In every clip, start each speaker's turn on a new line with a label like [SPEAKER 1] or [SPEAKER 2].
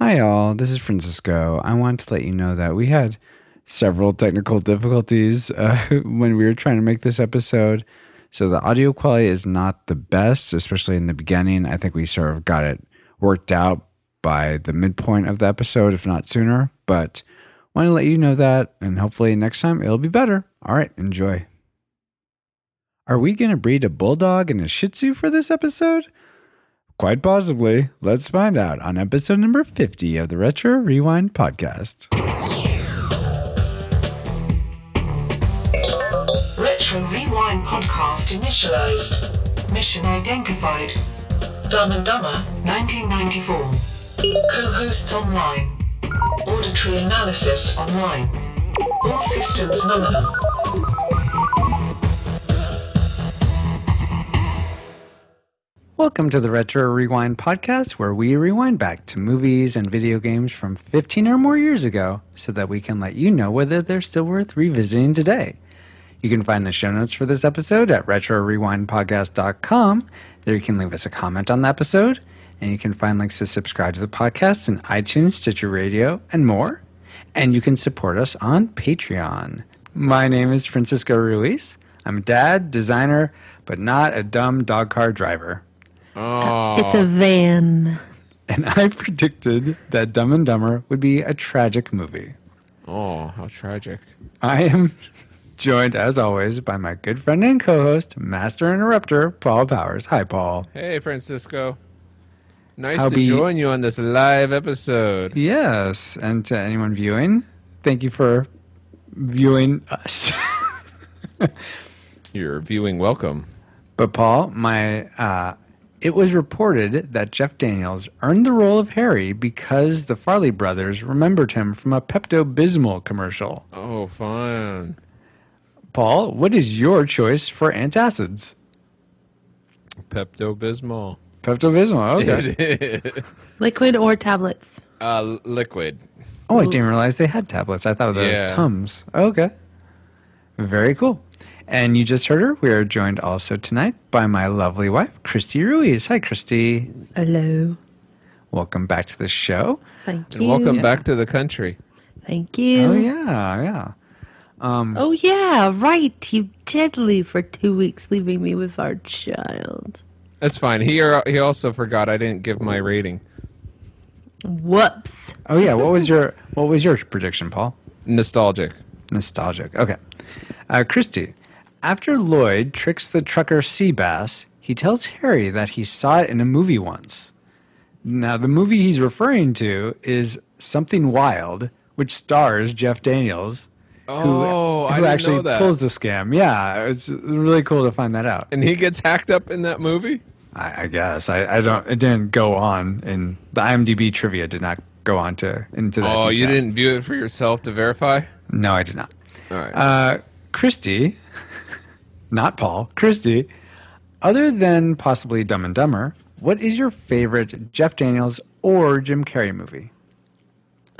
[SPEAKER 1] Hi, all. This is Francisco. I want to let you know that we had several technical difficulties uh, when we were trying to make this episode. So the audio quality is not the best, especially in the beginning. I think we sort of got it worked out by the midpoint of the episode, if not sooner. But want to let you know that, and hopefully next time it'll be better. All right, enjoy. Are we going to breed a bulldog and a shih tzu for this episode? Quite possibly. Let's find out on episode number 50 of the Retro Rewind podcast.
[SPEAKER 2] Retro Rewind podcast initialized. Mission identified. Dumb and Dumber, 1994. Co-hosts online. Auditory analysis online. All systems nominal.
[SPEAKER 1] Welcome to the Retro Rewind podcast, where we rewind back to movies and video games from 15 or more years ago so that we can let you know whether they're still worth revisiting today. You can find the show notes for this episode at retrorewindpodcast.com. There you can leave us a comment on the episode, and you can find links to subscribe to the podcast in iTunes, Stitcher Radio, and more. And you can support us on Patreon. My name is Francisco Ruiz. I'm a dad, designer, but not a dumb dog car driver.
[SPEAKER 3] Oh,
[SPEAKER 4] It's
[SPEAKER 1] Uh,
[SPEAKER 4] a van.
[SPEAKER 1] and I predicted that Dumb and Dumber would be a tragic movie.
[SPEAKER 3] Oh, how tragic.
[SPEAKER 1] I am joined, as always, by my good friend and co host, Master Interrupter, Paul Powers. Hi, Paul.
[SPEAKER 3] Hey, Francisco. Nice
[SPEAKER 1] How
[SPEAKER 3] to
[SPEAKER 1] be-
[SPEAKER 3] join you on this live episode.
[SPEAKER 1] Yes, and to anyone viewing, thank you for viewing us.
[SPEAKER 3] You're viewing welcome.
[SPEAKER 1] but, Paul, my. Uh, it was reported that Jeff Daniels earned the role of Harry because the Farley brothers remembered him from a Pepto Bismol commercial.
[SPEAKER 3] Oh, fun.
[SPEAKER 1] Paul, what is your choice for antacids?
[SPEAKER 3] Pepto Bismol.
[SPEAKER 1] Pepto Bismol. Okay.
[SPEAKER 4] Liquid or tablets.
[SPEAKER 3] uh, liquid.
[SPEAKER 1] Oh, I didn't realize they had tablets. I thought those
[SPEAKER 3] Yeah.
[SPEAKER 1] was Tums. Okay. Very cool. And you just heard her. We are joined also tonight by my lovely wife, Christy Ruiz. Hi, Christy.
[SPEAKER 4] Hello.
[SPEAKER 1] Welcome back to the show.
[SPEAKER 4] Thank you.
[SPEAKER 3] And welcome back to the country.
[SPEAKER 4] Thank you.
[SPEAKER 1] Oh, yeah. Yeah.
[SPEAKER 4] Oh, yeah, right. You did leave for two weeks, leaving me with our child.
[SPEAKER 3] That's fine. He uh, he also forgot I didn't give my rating.
[SPEAKER 4] Whoops.
[SPEAKER 1] Oh, yeah. What was your What was your prediction, Paul?
[SPEAKER 3] Nostalgic.
[SPEAKER 1] Nostalgic. Okay. Uh, Christy, after Lloyd tricks the trucker sea bass, he tells Harry that he saw it in a movie once. Now, the movie he's referring to is Something Wild, which stars Jeff Daniels,
[SPEAKER 3] Oh, I
[SPEAKER 1] who
[SPEAKER 3] didn't
[SPEAKER 1] actually
[SPEAKER 3] know that.
[SPEAKER 1] pulls the scam. Yeah, it's really cool to find that out.
[SPEAKER 3] and he gets hacked up in that movie?
[SPEAKER 1] I, I guess I, I don't. It didn't go on, and the IMDb trivia did not go on to into that.
[SPEAKER 3] Oh, you
[SPEAKER 1] detail.
[SPEAKER 3] didn't view it for yourself to verify?
[SPEAKER 1] No, I did not.
[SPEAKER 3] All right.
[SPEAKER 1] Uh, Christy, not Paul, Christy, other than possibly Dumb and Dumber, what is your favorite Jeff Daniels or Jim Carrey movie?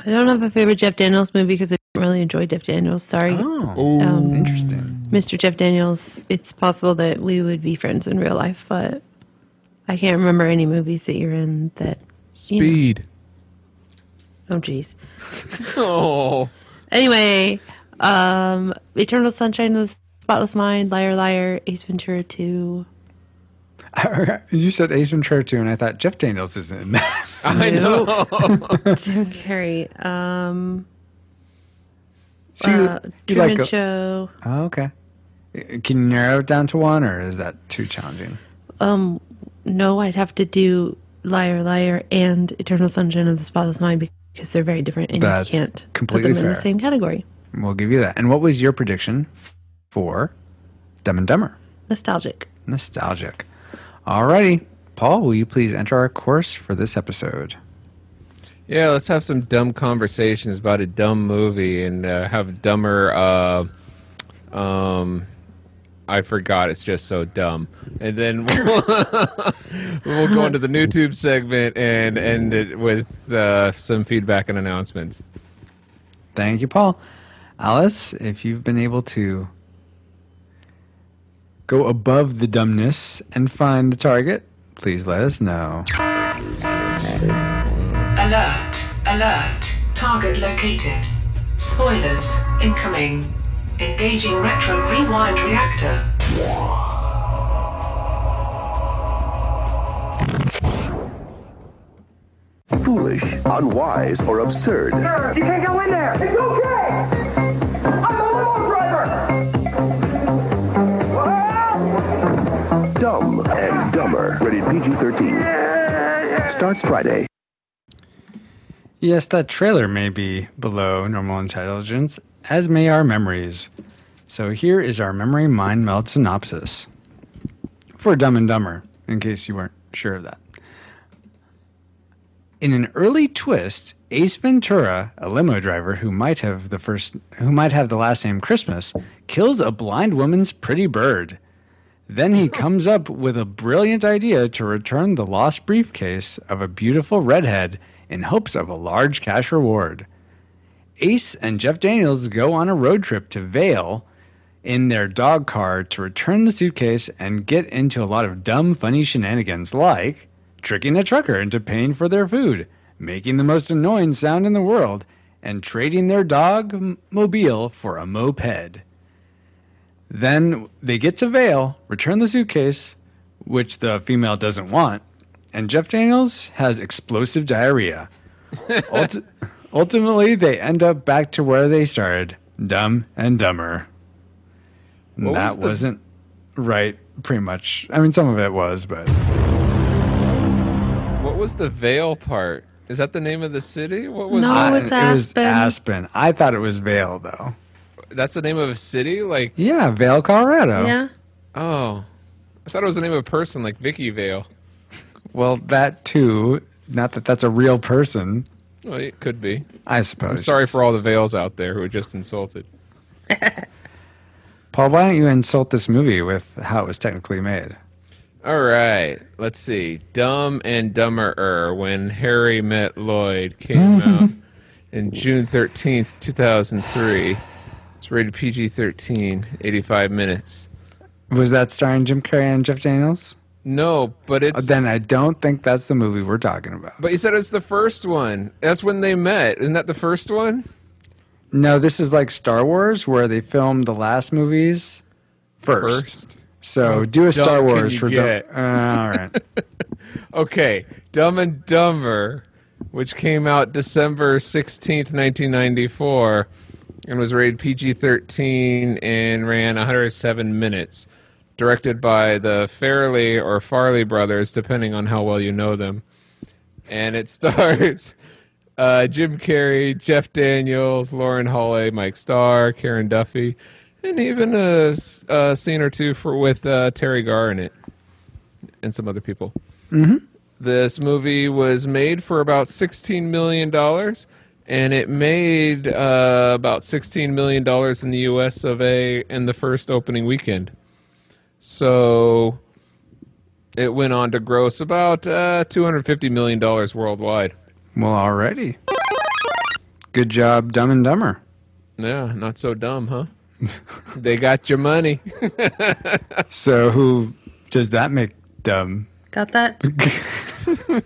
[SPEAKER 4] I don't have a favorite Jeff Daniels movie because I don't really enjoy Jeff Daniels. Sorry.
[SPEAKER 1] Oh,
[SPEAKER 4] Um,
[SPEAKER 1] interesting.
[SPEAKER 4] Mr. Jeff Daniels, it's possible that we would be friends in real life, but I can't remember any movies that you're in that.
[SPEAKER 3] Speed.
[SPEAKER 4] Oh, jeez.
[SPEAKER 3] Oh.
[SPEAKER 4] Anyway, um, Eternal Sunshine of the Spotless Mind, Liar Liar, Ace Ventura 2.
[SPEAKER 1] you said Ace Ventura 2, and I thought Jeff Daniels is in that.
[SPEAKER 3] I
[SPEAKER 4] Nope.
[SPEAKER 3] know.
[SPEAKER 4] Jim Carrey. Um,
[SPEAKER 1] so you,
[SPEAKER 4] uh,
[SPEAKER 1] you
[SPEAKER 4] Truman
[SPEAKER 1] like a-
[SPEAKER 4] Show.
[SPEAKER 1] oh, okay. Can you narrow it down to one, or is that too challenging?
[SPEAKER 4] Um, no, I'd have to do Liar Liar and Eternal Sunshine of the Spotless Mind because they're very different and
[SPEAKER 1] That's
[SPEAKER 4] you can't
[SPEAKER 1] completely
[SPEAKER 4] put them in
[SPEAKER 1] fair.
[SPEAKER 4] the same category.
[SPEAKER 1] We'll give you that. And what was your prediction for Dumb and Dumber?
[SPEAKER 4] Nostalgic.
[SPEAKER 1] Nostalgic. Alrighty. Paul, will you please enter our course for this episode?
[SPEAKER 3] Yeah, let's have some dumb conversations about a dumb movie and uh, have dumber. Uh, um, I forgot. It's just so dumb. And then we'll, we'll go into the new tube segment and end it with uh, some feedback and announcements.
[SPEAKER 1] Thank you, Paul. Alice, if you've been able to go above the dumbness and find the target, please let us know.
[SPEAKER 2] Alert. Alert. Target located. Spoilers incoming. Engaging retro rewind reactor.
[SPEAKER 5] foolish, unwise, or absurd.
[SPEAKER 6] Sir, you can't go in there. It's okay. I'm a limo driver.
[SPEAKER 5] Dumb and Dumber. Rated PG 13. Starts Friday.
[SPEAKER 1] Yes, that trailer may be below normal intelligence, as may our memories. So here is our memory mind meld synopsis for Dumb and Dumber, in case you weren't sure of that. In an early twist, Ace Ventura, a limo driver who might have the first who might have the last name Christmas, kills a blind woman's pretty bird. Then he comes up with a brilliant idea to return the lost briefcase of a beautiful redhead in hopes of a large cash reward. Ace and Jeff Daniels go on a road trip to Vale in their dog car to return the suitcase and get into a lot of dumb, funny shenanigans like tricking a trucker into paying for their food, making the most annoying sound in the world, and trading their dog m- mobile for a moped. Then they get to Vale, return the suitcase, which the female doesn't want, and Jeff Daniels has explosive diarrhea. Ulti- ultimately, they end up back to where they started, dumb and dumber. And
[SPEAKER 3] What was
[SPEAKER 1] that
[SPEAKER 3] the-
[SPEAKER 1] was not right, pretty much. I mean, some of it was, but
[SPEAKER 3] What was the veil part? Is that the name of the city? What was
[SPEAKER 4] No.
[SPEAKER 3] that?
[SPEAKER 4] Oh,
[SPEAKER 1] I-
[SPEAKER 4] it's
[SPEAKER 1] it was
[SPEAKER 4] Aspen.
[SPEAKER 1] Aspen. I thought it was Vale, though.
[SPEAKER 3] That's the name of a city? Like,
[SPEAKER 1] Yeah, Vale, Colorado.
[SPEAKER 4] Yeah.
[SPEAKER 3] oh. I thought it was the name of a person, like Vicky Vale.
[SPEAKER 1] Well, that too. Not that that's a real person,
[SPEAKER 3] Well, it could be.
[SPEAKER 1] I suppose.
[SPEAKER 3] I'm sorry for all the veils out there who were just insulted.
[SPEAKER 1] Paul, why don't you insult this movie with how it was technically made?
[SPEAKER 3] All right, let's see. Dumb and Dumberer when Harry met Lloyd came
[SPEAKER 1] Mm-hmm.
[SPEAKER 3] out in June 13th, 2003. It's rated PG 13, 85 minutes.
[SPEAKER 1] Was that starring Jim Carrey and Jeff Daniels?
[SPEAKER 3] No, but
[SPEAKER 1] Uh,
[SPEAKER 3] it's.
[SPEAKER 1] Then I don't think that's the movie we're talking about.
[SPEAKER 3] but you said it's the first one. That's when they met. Isn't that the first one?
[SPEAKER 1] No, this is like Star Wars, where they filmed the last movies first. So do a Star
[SPEAKER 3] dumb can
[SPEAKER 1] Wars
[SPEAKER 3] you
[SPEAKER 1] for
[SPEAKER 3] get?
[SPEAKER 1] dumb- Uh, all right.
[SPEAKER 3] Okay, Dumb and Dumber, which came out December 16th, 1994, and was rated PG 13 and ran 107 minutes. Directed by the Fairley or Farley brothers, depending on how well you know them. And it stars uh, Jim Carrey, Jeff Daniels, Lauren Holley, Mike Starr, Karen Duffy, and even a, s- a scene or two for with uh, Terry Garr in it, and some other people. This movie was made for about sixteen million dollars, and it made uh, about sixteen million dollars in the U.S. of A. in the first opening weekend. So it went on to gross about uh, two hundred fifty million dollars worldwide.
[SPEAKER 1] well, already. Good job, Dumb and Dumber.
[SPEAKER 3] Yeah, not so dumb, huh? they got your money.
[SPEAKER 1] So who does that make dumb?
[SPEAKER 4] Got that?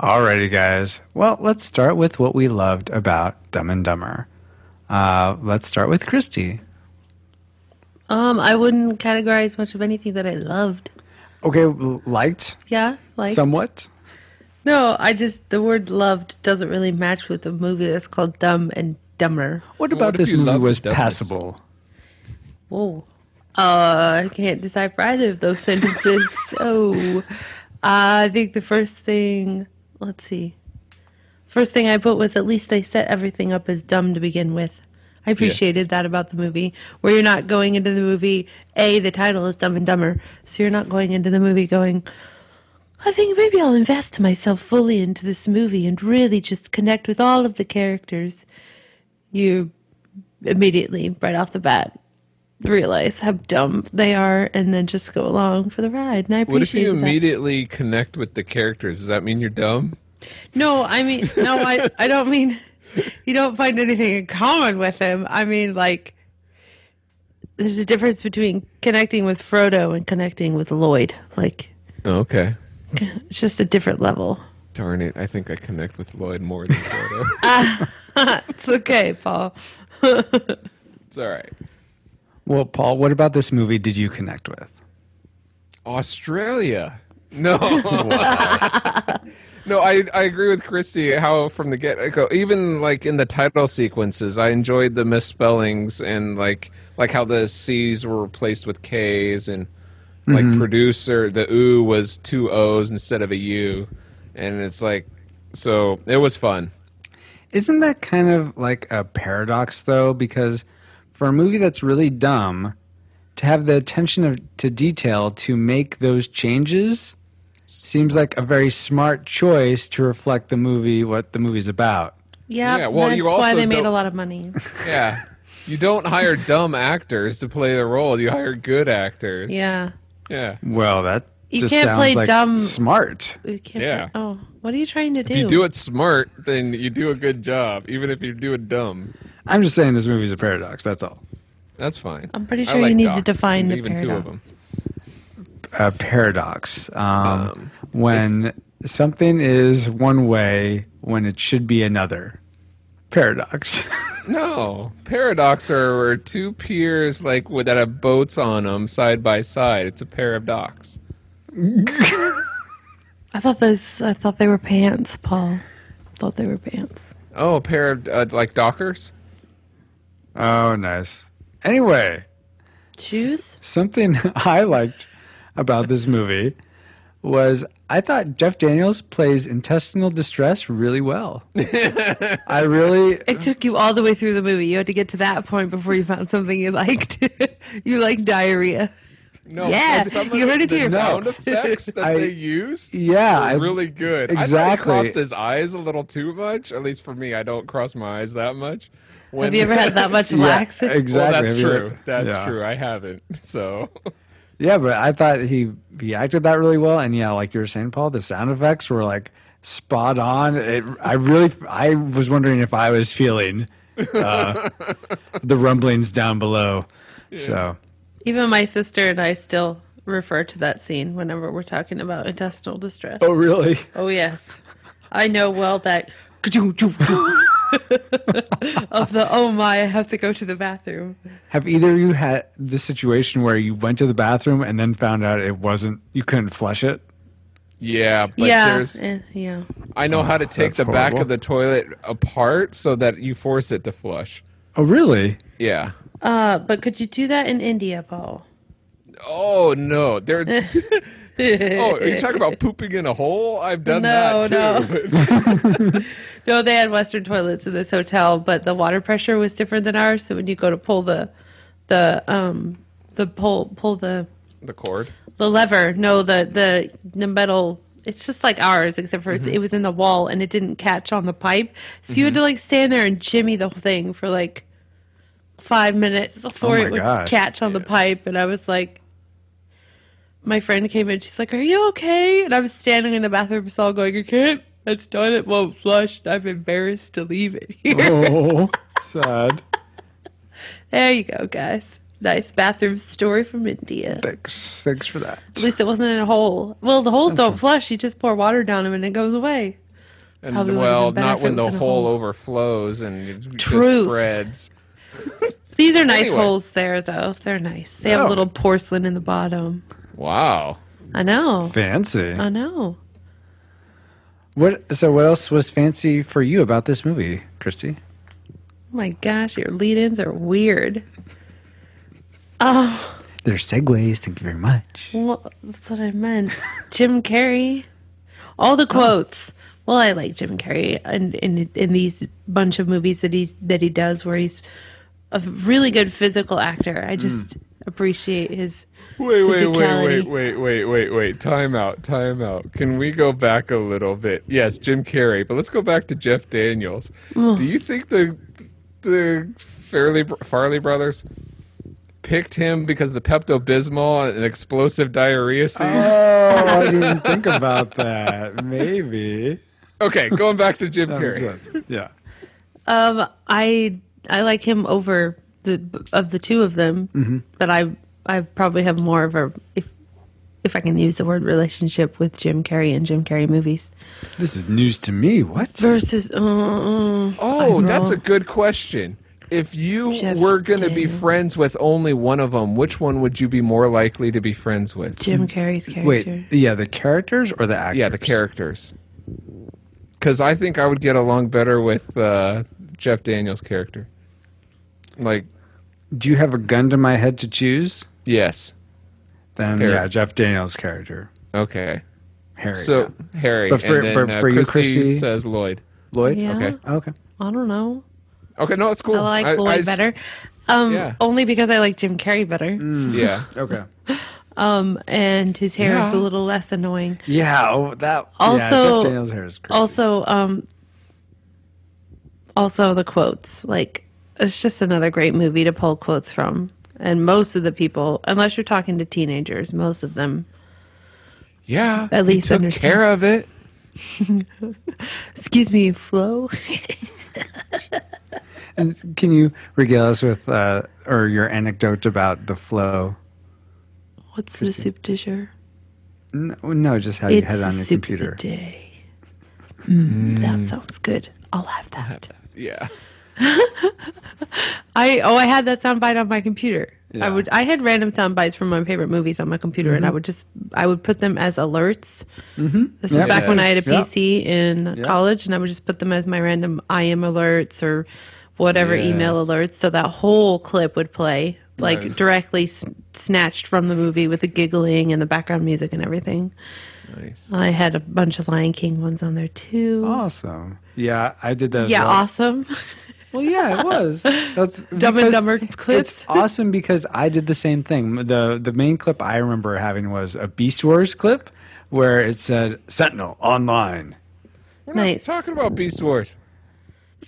[SPEAKER 1] Alrighty, guys. Well, let's start with what we loved about Dumb and Dumber. Uh, let's start with Christy.
[SPEAKER 4] Um, I wouldn't categorize much of anything that I loved.
[SPEAKER 1] Okay, l- liked
[SPEAKER 4] Yeah, like
[SPEAKER 1] somewhat.
[SPEAKER 4] no, I just the word loved doesn't really match with a movie that's called Dumb and Dumber.
[SPEAKER 1] What
[SPEAKER 3] Well,
[SPEAKER 1] about
[SPEAKER 3] what if
[SPEAKER 1] this
[SPEAKER 3] you
[SPEAKER 1] movie
[SPEAKER 3] loved
[SPEAKER 1] was
[SPEAKER 3] Douglas?
[SPEAKER 1] passable?
[SPEAKER 4] Whoa. Uh, I can't decipher either of those sentences. so, uh, I think the first thing, let's see. First thing I put was at least they set everything up as dumb to begin with. I appreciated that about the movie, where you're not going into the movie. A, the title is Dumb and Dumber, so you're not going into the movie going, I think maybe I'll invest myself fully into this movie and really just connect with all of the characters. You immediately, right off the bat, realize how dumb they are and then just go along for the ride. And I appreciate
[SPEAKER 3] What if you
[SPEAKER 4] that.
[SPEAKER 3] immediately connect with the characters? Does that mean you're dumb?
[SPEAKER 4] No, I mean, no, I, I don't mean you don't find anything in common with him. I mean, like, there's a difference between connecting with Frodo and connecting with Lloyd. Like,
[SPEAKER 3] Okay.
[SPEAKER 4] it's just a different level.
[SPEAKER 3] Darn it! I think I connect with Lloyd more than Gordo.
[SPEAKER 4] it's okay, Paul.
[SPEAKER 3] it's all right.
[SPEAKER 1] Well, Paul, what about this movie did you connect with?
[SPEAKER 3] Australia. No. no, I, I agree with Christy how from the get go even like in the title sequences I enjoyed the misspellings and like like how the C's were replaced with K's and like producer the ooh was two O's instead of a U and it's like so it was fun.
[SPEAKER 1] Isn't that kind of like a paradox though? Because for a movie that's really dumb, to have the attention of, to detail to make those changes seems like a very smart choice to reflect the movie, what the movie's about.
[SPEAKER 4] Yeah,
[SPEAKER 3] Yeah, well,
[SPEAKER 4] that's
[SPEAKER 3] you
[SPEAKER 4] why
[SPEAKER 3] also
[SPEAKER 4] they made a
[SPEAKER 3] don't-
[SPEAKER 4] lot of money.
[SPEAKER 3] Yeah. You don't hire dumb actors to play the role. You hire good actors.
[SPEAKER 4] Yeah.
[SPEAKER 3] Yeah.
[SPEAKER 1] Well, that
[SPEAKER 4] You
[SPEAKER 1] just
[SPEAKER 4] can't
[SPEAKER 1] sounds
[SPEAKER 4] play
[SPEAKER 1] like
[SPEAKER 4] dumb-
[SPEAKER 1] smart.
[SPEAKER 4] We can't
[SPEAKER 3] Yeah.
[SPEAKER 4] Oh, what are you trying to do?
[SPEAKER 3] If you do it smart, then you do a good job, even if you do it dumb.
[SPEAKER 1] I'm just saying this movie's a paradox. That's all.
[SPEAKER 3] That's fine.
[SPEAKER 4] I'm pretty
[SPEAKER 3] I
[SPEAKER 4] sure you need to
[SPEAKER 3] docs,
[SPEAKER 4] define the
[SPEAKER 3] even two of them.
[SPEAKER 4] paradox.
[SPEAKER 1] A paradox. Um,
[SPEAKER 4] Uh,
[SPEAKER 1] when something is one way when it should be another. Paradox.
[SPEAKER 3] No, paradox are are two piers like with, that have boats on them side by side. It's a pair of docks.
[SPEAKER 4] I thought those. I thought they were pants, Paul. Thought they were pants.
[SPEAKER 3] Oh, a pair of uh, like dockers.
[SPEAKER 1] oh, nice. Anyway.
[SPEAKER 4] Shoes.
[SPEAKER 1] Something I liked about this movie was I thought Jeff Daniels plays intestinal distress really well. I really
[SPEAKER 4] It took you all the way through the movie. You had to get to that point before you found something you liked. you like diarrhea.
[SPEAKER 3] No,
[SPEAKER 4] Yeah,
[SPEAKER 3] but some of
[SPEAKER 4] you heard it
[SPEAKER 3] the
[SPEAKER 4] here
[SPEAKER 3] sound
[SPEAKER 4] first.
[SPEAKER 3] effects that
[SPEAKER 1] I-
[SPEAKER 3] they used.
[SPEAKER 1] yeah,
[SPEAKER 3] were
[SPEAKER 1] I-
[SPEAKER 3] really good. I thought he
[SPEAKER 1] exactly.
[SPEAKER 3] crossed his eyes a little too much. At least for me, I don't cross my eyes that much. When,
[SPEAKER 4] Have you ever had that much
[SPEAKER 1] yeah,
[SPEAKER 4] lax?
[SPEAKER 1] exactly.
[SPEAKER 3] Well, that's
[SPEAKER 1] Have you-
[SPEAKER 3] true. That's
[SPEAKER 1] yeah.
[SPEAKER 3] true. I haven't. So
[SPEAKER 1] Yeah, but I thought he he acted that really well, and yeah, like you were saying, Paul, the sound effects were like spot on. It, I really I was wondering if I was feeling uh, the rumblings down below. So
[SPEAKER 4] Even my sister and I still refer to that scene whenever we're talking about intestinal distress.
[SPEAKER 1] oh really?
[SPEAKER 4] Oh yes, I know well that of the oh my, I have to go to the bathroom.
[SPEAKER 1] Have either of you had this situation where you went to the bathroom and then found out it wasn't you couldn't flush it?
[SPEAKER 3] yeah, but
[SPEAKER 4] yeah,
[SPEAKER 3] there's
[SPEAKER 4] eh, yeah.
[SPEAKER 3] I know how to take
[SPEAKER 1] that's
[SPEAKER 3] the back
[SPEAKER 1] horrible.
[SPEAKER 3] of the toilet apart so that you force it to flush.
[SPEAKER 1] Oh really?
[SPEAKER 3] Yeah.
[SPEAKER 4] Uh, but could you do that in India, Paul?
[SPEAKER 3] Oh no, there's. oh, are you talking about pooping in a hole? I've done
[SPEAKER 4] No,
[SPEAKER 3] that too.
[SPEAKER 4] No, they had Western toilets in this hotel, but the water pressure was different than ours. So when you go to pull the, the um, the pull pull the
[SPEAKER 3] the cord.
[SPEAKER 4] the lever, no, the the the metal. It's just like ours, except for it's,
[SPEAKER 1] Mm-hmm.
[SPEAKER 4] it was in the wall and it didn't catch on the pipe. So you had to like stand there and jimmy the whole thing for like five minutes before
[SPEAKER 1] Oh my
[SPEAKER 4] it would
[SPEAKER 1] gosh.
[SPEAKER 4] catch on the pipe. And I was like, my friend came in, she's like, "Are you okay?" And I'm standing in the bathroom stall going, "I can't. That toilet won't flush. and I'm embarrassed to leave it here."
[SPEAKER 1] Oh, sad.
[SPEAKER 4] There you go, guys. Nice bathroom story from India.
[SPEAKER 1] Thanks, thanks for that.
[SPEAKER 4] At least it wasn't in a hole. Well, the holes don't flush. You just pour water down them and it goes away.
[SPEAKER 3] And
[SPEAKER 4] Probably would've
[SPEAKER 3] well,
[SPEAKER 4] been better
[SPEAKER 3] not
[SPEAKER 4] if
[SPEAKER 3] when
[SPEAKER 4] it was
[SPEAKER 3] the
[SPEAKER 4] in a
[SPEAKER 3] hole
[SPEAKER 4] hole.
[SPEAKER 3] overflows and it just
[SPEAKER 4] Truth.
[SPEAKER 3] spreads.
[SPEAKER 4] These are nice
[SPEAKER 3] Anyway.
[SPEAKER 4] holes there, though. They're nice. They have
[SPEAKER 1] Oh.
[SPEAKER 4] little porcelain in the bottom.
[SPEAKER 3] Wow.
[SPEAKER 4] I know.
[SPEAKER 1] Fancy.
[SPEAKER 4] I know.
[SPEAKER 1] What? So what else was fancy for you about this movie, Christy?
[SPEAKER 4] Oh my gosh, your lead-ins are weird. Oh,
[SPEAKER 1] They're segues. Thank you very much.
[SPEAKER 4] well, that's what I meant. Jim Carrey. All the quotes. Well, I like Jim Carrey and in in these bunch of movies that he's that he does where he's a really good physical actor. I just appreciate his
[SPEAKER 3] Wait, wait, wait,
[SPEAKER 4] Physicality.
[SPEAKER 3] wait, wait, wait, wait, wait. Time out, time out. Can we go back a little bit? Yes, Jim Carrey, but let's go back to Jeff Daniels. Do you think the the Fairley Farley brothers picked him because of the Pepto Bismol and explosive diarrhea scene?
[SPEAKER 1] Oh, I didn't think about that. Maybe.
[SPEAKER 4] Oh.
[SPEAKER 3] okay, going back to Jim
[SPEAKER 1] That
[SPEAKER 3] Carrey.
[SPEAKER 1] makes sense. Yeah.
[SPEAKER 4] Um, I I like him over
[SPEAKER 3] Mm-hmm.
[SPEAKER 4] the of the two of them, but I I probably have more of a if if I can use the word relationship with Jim Carrey and Jim Carrey movies
[SPEAKER 1] This is news to me. What?
[SPEAKER 4] versus. Uh, uh,
[SPEAKER 3] Oh,
[SPEAKER 4] I
[SPEAKER 3] that's a
[SPEAKER 4] know.
[SPEAKER 3] good question. If you
[SPEAKER 4] Jeff
[SPEAKER 3] were going to be
[SPEAKER 4] Daniels.
[SPEAKER 3] friends with only one of them, which one would you be more likely to be friends with?
[SPEAKER 4] Jim Carrey's character.
[SPEAKER 1] Wait, yeah, the characters or the actors?
[SPEAKER 3] Yeah, the characters. Because I think I would get along better with uh, Jeff Daniels' character. Like,
[SPEAKER 1] Do you have a gun to my head to choose?
[SPEAKER 3] yes,
[SPEAKER 1] Then
[SPEAKER 3] Harry.
[SPEAKER 1] yeah, Jeff Daniels' character,
[SPEAKER 3] okay.
[SPEAKER 1] Harry. yeah.
[SPEAKER 3] So Harry,
[SPEAKER 1] But for-
[SPEAKER 3] and then,
[SPEAKER 1] but
[SPEAKER 3] uh,
[SPEAKER 1] for you,
[SPEAKER 3] Christy
[SPEAKER 1] Christy-
[SPEAKER 3] says Lloyd.
[SPEAKER 1] Lloyd.
[SPEAKER 4] Yeah.
[SPEAKER 3] Okay.
[SPEAKER 1] Okay.
[SPEAKER 4] I don't know.
[SPEAKER 3] Okay, no, it's cool.
[SPEAKER 4] I like Lloyd
[SPEAKER 3] I-
[SPEAKER 4] better. Um,
[SPEAKER 3] Yeah. Mm.
[SPEAKER 4] Only because I like Jim Carrey better.
[SPEAKER 3] Yeah,
[SPEAKER 1] Okay.
[SPEAKER 4] Um, and his hair is
[SPEAKER 3] Yeah.
[SPEAKER 4] a little less annoying.
[SPEAKER 1] Yeah. Oh, that. yeah,
[SPEAKER 4] Also-
[SPEAKER 1] Jeff Daniels' hair is crazy.
[SPEAKER 4] Also, um, also the quotes. Like, it's just another great movie to pull quotes from. And most of the people, unless you're talking to teenagers, most of them
[SPEAKER 3] yeah.
[SPEAKER 4] At
[SPEAKER 3] he
[SPEAKER 4] least
[SPEAKER 3] took
[SPEAKER 4] understand.
[SPEAKER 3] care of it.
[SPEAKER 4] Excuse me, Flo.
[SPEAKER 1] And can you regale us with uh, or your anecdote about the flow?
[SPEAKER 4] What's the soup disher?
[SPEAKER 1] No, no just how you
[SPEAKER 4] It's
[SPEAKER 1] had it on
[SPEAKER 4] the
[SPEAKER 1] your
[SPEAKER 4] soup of the
[SPEAKER 1] computer.
[SPEAKER 4] day. Mm, That sounds good. I'll have that.
[SPEAKER 3] Yeah.
[SPEAKER 4] I oh, I had that soundbite on my computer.
[SPEAKER 1] Yeah. Mm-hmm.
[SPEAKER 4] I would I had random sound bites from my favorite movies on my computer, and I would just I would put them as alerts. Mm-hmm. This
[SPEAKER 1] Yeah.
[SPEAKER 4] is back when I had a
[SPEAKER 1] Yeah.
[SPEAKER 4] PC in
[SPEAKER 1] Yeah.
[SPEAKER 4] college, and I would just put them as my random IM alerts or whatever email
[SPEAKER 3] Yes.
[SPEAKER 4] alerts. So that whole clip would play like
[SPEAKER 3] Nice.
[SPEAKER 4] directly s- snatched from the movie with the giggling and the background music and everything.
[SPEAKER 3] Nice.
[SPEAKER 4] I had a bunch of Lion King ones on there too.
[SPEAKER 1] Awesome. Oh, Yeah, I did that. as
[SPEAKER 4] yeah,
[SPEAKER 1] well.
[SPEAKER 4] awesome.
[SPEAKER 1] Well, yeah, it was. That's
[SPEAKER 4] Dumb
[SPEAKER 1] because
[SPEAKER 4] and Dumber clips.
[SPEAKER 1] It's awesome because I did the same thing. the The main clip I remember having was a Beast Wars clip where it said "Sentinel online."
[SPEAKER 3] We're
[SPEAKER 4] Nice.
[SPEAKER 3] not talking about Beast Wars.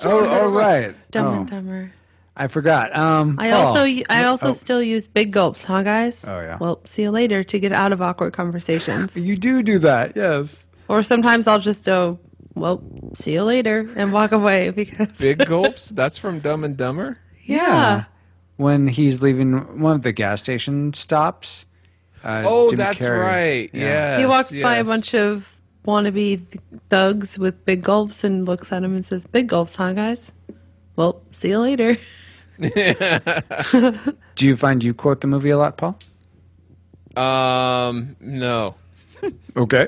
[SPEAKER 1] Oh, oh, right.
[SPEAKER 4] Dumb
[SPEAKER 1] Oh,
[SPEAKER 4] and Dumber.
[SPEAKER 1] I forgot. Um,
[SPEAKER 4] I
[SPEAKER 1] Paul.
[SPEAKER 4] also I also
[SPEAKER 1] oh.
[SPEAKER 4] still use big gulps, huh, guys?
[SPEAKER 1] Oh, yeah.
[SPEAKER 4] Well, see you later to get out of awkward conversations.
[SPEAKER 1] you do do that. Yes.
[SPEAKER 4] or sometimes I'll just go, well, see you later, and walk away because
[SPEAKER 3] Big gulps. That's from Dumb and Dumber.
[SPEAKER 4] yeah,
[SPEAKER 1] When he's leaving one of the gas station stops. Uh,
[SPEAKER 3] Oh,
[SPEAKER 1] Jim
[SPEAKER 3] that's
[SPEAKER 1] Carrey.
[SPEAKER 3] right. Yeah.
[SPEAKER 4] he walks by a
[SPEAKER 3] yes.
[SPEAKER 4] bunch of wannabe thugs with big gulps and looks at him and says, "Big gulps, huh, guys? Well, see you later."
[SPEAKER 1] Do you find you quote the movie a lot, Paul?
[SPEAKER 3] Um, no.
[SPEAKER 1] Okay.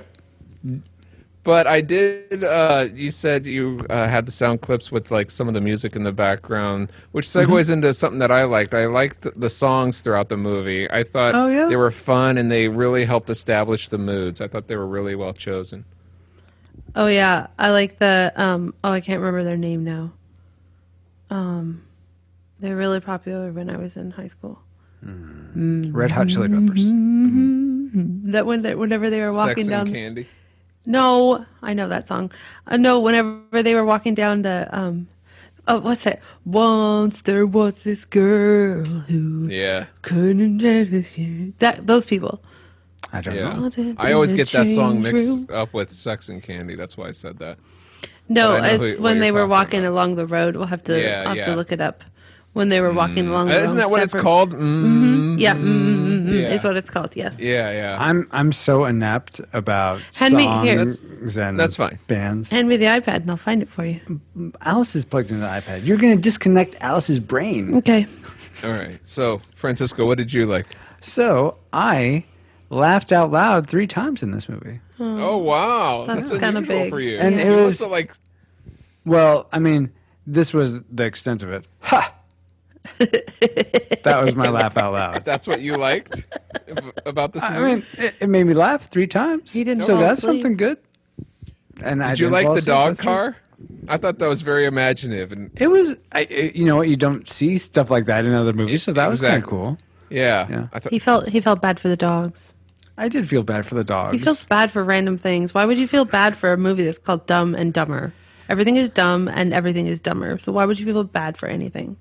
[SPEAKER 3] But I did. Uh, you said you uh, had the sound clips with like some of the music in the background, which
[SPEAKER 4] Mm-hmm.
[SPEAKER 3] segues into something that I liked. I liked th- the songs throughout the movie. I thought
[SPEAKER 1] Oh, yeah?
[SPEAKER 3] they were fun and they really helped establish the moods. I thought they were really well chosen.
[SPEAKER 4] Oh yeah, I like the um oh I can't remember their name now. Um they're really popular when I was in high school.
[SPEAKER 1] Red Hot Chili Peppers.
[SPEAKER 4] That when that whenever they were walking
[SPEAKER 3] Sex
[SPEAKER 4] down
[SPEAKER 3] and candy.
[SPEAKER 4] No, I know that song. Uh, no, whenever they were walking down the um oh what's that? Once there was this girl who
[SPEAKER 3] Yeah,
[SPEAKER 4] couldn't live with you. That those people.
[SPEAKER 1] I don't know.
[SPEAKER 3] yeah.
[SPEAKER 4] Wanted
[SPEAKER 3] I always
[SPEAKER 4] in a
[SPEAKER 3] get that song
[SPEAKER 4] change
[SPEAKER 3] mixed
[SPEAKER 4] room.
[SPEAKER 3] up with Sex and Candy. That's why I said that.
[SPEAKER 4] No,
[SPEAKER 3] But I know
[SPEAKER 4] it's
[SPEAKER 3] who- what
[SPEAKER 4] when
[SPEAKER 3] you're
[SPEAKER 4] they were
[SPEAKER 3] talking
[SPEAKER 4] walking
[SPEAKER 3] about.
[SPEAKER 4] along the road. We'll have to
[SPEAKER 3] Yeah,
[SPEAKER 4] I'll have
[SPEAKER 3] yeah.
[SPEAKER 4] to look it up. When they were walking along
[SPEAKER 3] Uh,
[SPEAKER 4] the road.
[SPEAKER 3] Isn't that what it's
[SPEAKER 4] separate-
[SPEAKER 3] called? Mm-hmm.
[SPEAKER 4] Yeah, mm, mm, mm, mm,
[SPEAKER 3] Yeah.
[SPEAKER 4] is what it's called. Yes.
[SPEAKER 3] Yeah, yeah.
[SPEAKER 1] I'm I'm so inept about
[SPEAKER 4] Hand me- here.
[SPEAKER 1] songs and
[SPEAKER 3] that's fine.
[SPEAKER 1] bands.
[SPEAKER 4] Hand me the iPad and I'll find it for you.
[SPEAKER 3] Mm.
[SPEAKER 1] Alice is plugged into the iPad. You're going to disconnect Alice's brain.
[SPEAKER 4] Okay.
[SPEAKER 3] All right. So, Francisco, what did you like?
[SPEAKER 1] So I laughed out loud three times in this movie.
[SPEAKER 4] Um,
[SPEAKER 3] Oh wow, that's,
[SPEAKER 4] That's kinda
[SPEAKER 3] unusual
[SPEAKER 4] big.
[SPEAKER 3] for you.
[SPEAKER 1] And
[SPEAKER 3] you
[SPEAKER 1] it
[SPEAKER 3] must
[SPEAKER 1] was-
[SPEAKER 3] have, like
[SPEAKER 1] Well, I mean, this was the extent of it. Ha! that was my laugh out loud.
[SPEAKER 3] that's what you liked ab- about this movie.
[SPEAKER 1] I mean, it, it made me laugh three times.
[SPEAKER 4] You didn't
[SPEAKER 1] so
[SPEAKER 4] fall
[SPEAKER 1] that's
[SPEAKER 4] asleep?
[SPEAKER 1] something good. And I
[SPEAKER 3] did you
[SPEAKER 1] didn't
[SPEAKER 3] like
[SPEAKER 1] fall
[SPEAKER 3] the
[SPEAKER 1] asleep,
[SPEAKER 3] dog
[SPEAKER 1] that's true.
[SPEAKER 3] car? I thought that was very imaginative, and
[SPEAKER 1] It was, I, it- you know what, you don't see stuff like that in other movies, so that was kind of
[SPEAKER 3] Exactly.
[SPEAKER 1] cool.
[SPEAKER 3] yeah,
[SPEAKER 1] Yeah.
[SPEAKER 3] I thought
[SPEAKER 4] He felt he felt bad for the dogs.
[SPEAKER 1] I did feel bad for the dogs.
[SPEAKER 4] He feels bad for random things. Why would you feel bad for a movie that's called Dumb and Dumber? Everything is dumb and everything is dumber. So why would you feel bad for anything?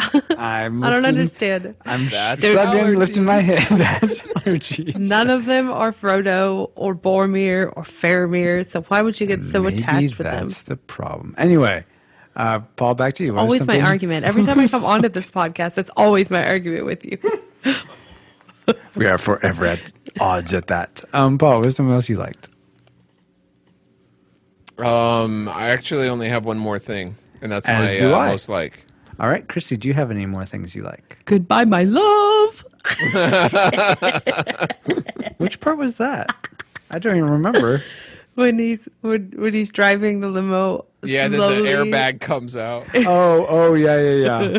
[SPEAKER 1] I'm
[SPEAKER 4] I don't
[SPEAKER 1] lifting-
[SPEAKER 4] understand.
[SPEAKER 1] I'm
[SPEAKER 3] That's
[SPEAKER 1] subbed in, lifting
[SPEAKER 3] allergies.
[SPEAKER 1] my head. That's allergies.
[SPEAKER 4] None of them are Frodo or Boromir or Faramir. So why would you get so
[SPEAKER 1] Maybe
[SPEAKER 4] attached with them?
[SPEAKER 1] that's the problem. Anyway, uh, Paul, back to you. What is
[SPEAKER 4] Always my
[SPEAKER 1] something-
[SPEAKER 4] argument. Every time I come onto this podcast, that's always my argument with you.
[SPEAKER 1] we are forever at odds at that. Um, Paul, was something else you liked?
[SPEAKER 3] Um, I actually only have one more thing, and that's
[SPEAKER 1] As
[SPEAKER 3] my
[SPEAKER 1] do
[SPEAKER 3] uh,
[SPEAKER 1] I.
[SPEAKER 3] most like.
[SPEAKER 1] All right, Christy, do you have any more things you like?
[SPEAKER 4] Goodbye, my love.
[SPEAKER 1] Which part was that? I don't even remember.
[SPEAKER 4] When he's when, when he's driving the limo.
[SPEAKER 3] Yeah, then the
[SPEAKER 4] slowly.
[SPEAKER 3] airbag comes out.
[SPEAKER 1] Oh, oh, yeah, yeah,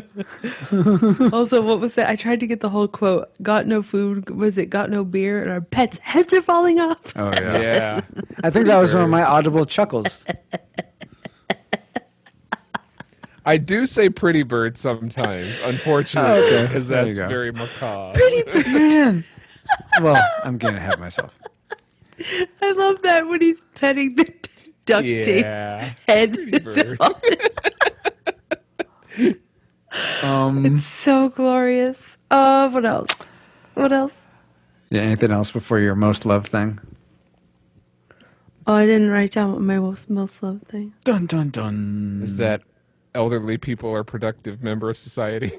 [SPEAKER 1] yeah.
[SPEAKER 4] Also, what was that? I tried to get the whole quote. Got no food. Was it got no beer? And our pets' heads are falling off.
[SPEAKER 1] Oh, yeah.
[SPEAKER 3] Yeah.
[SPEAKER 1] I think that was one of my audible chuckles.
[SPEAKER 3] I do say pretty bird sometimes, unfortunately,
[SPEAKER 1] Okay,
[SPEAKER 3] because
[SPEAKER 1] there you
[SPEAKER 3] that's
[SPEAKER 1] go.
[SPEAKER 3] very macabre.
[SPEAKER 1] Man. Well, I'm going to have myself.
[SPEAKER 4] I love that when he's petting the duct tape
[SPEAKER 3] yeah.
[SPEAKER 4] head.
[SPEAKER 3] bird.
[SPEAKER 1] Um,
[SPEAKER 4] so glorious. Uh, what else? What else?
[SPEAKER 1] yeah, anything else before your most loved thing?
[SPEAKER 4] Oh, I didn't write down what my most most loved thing.
[SPEAKER 1] Dun, dun, dun.
[SPEAKER 3] Is that elderly people are productive member of society?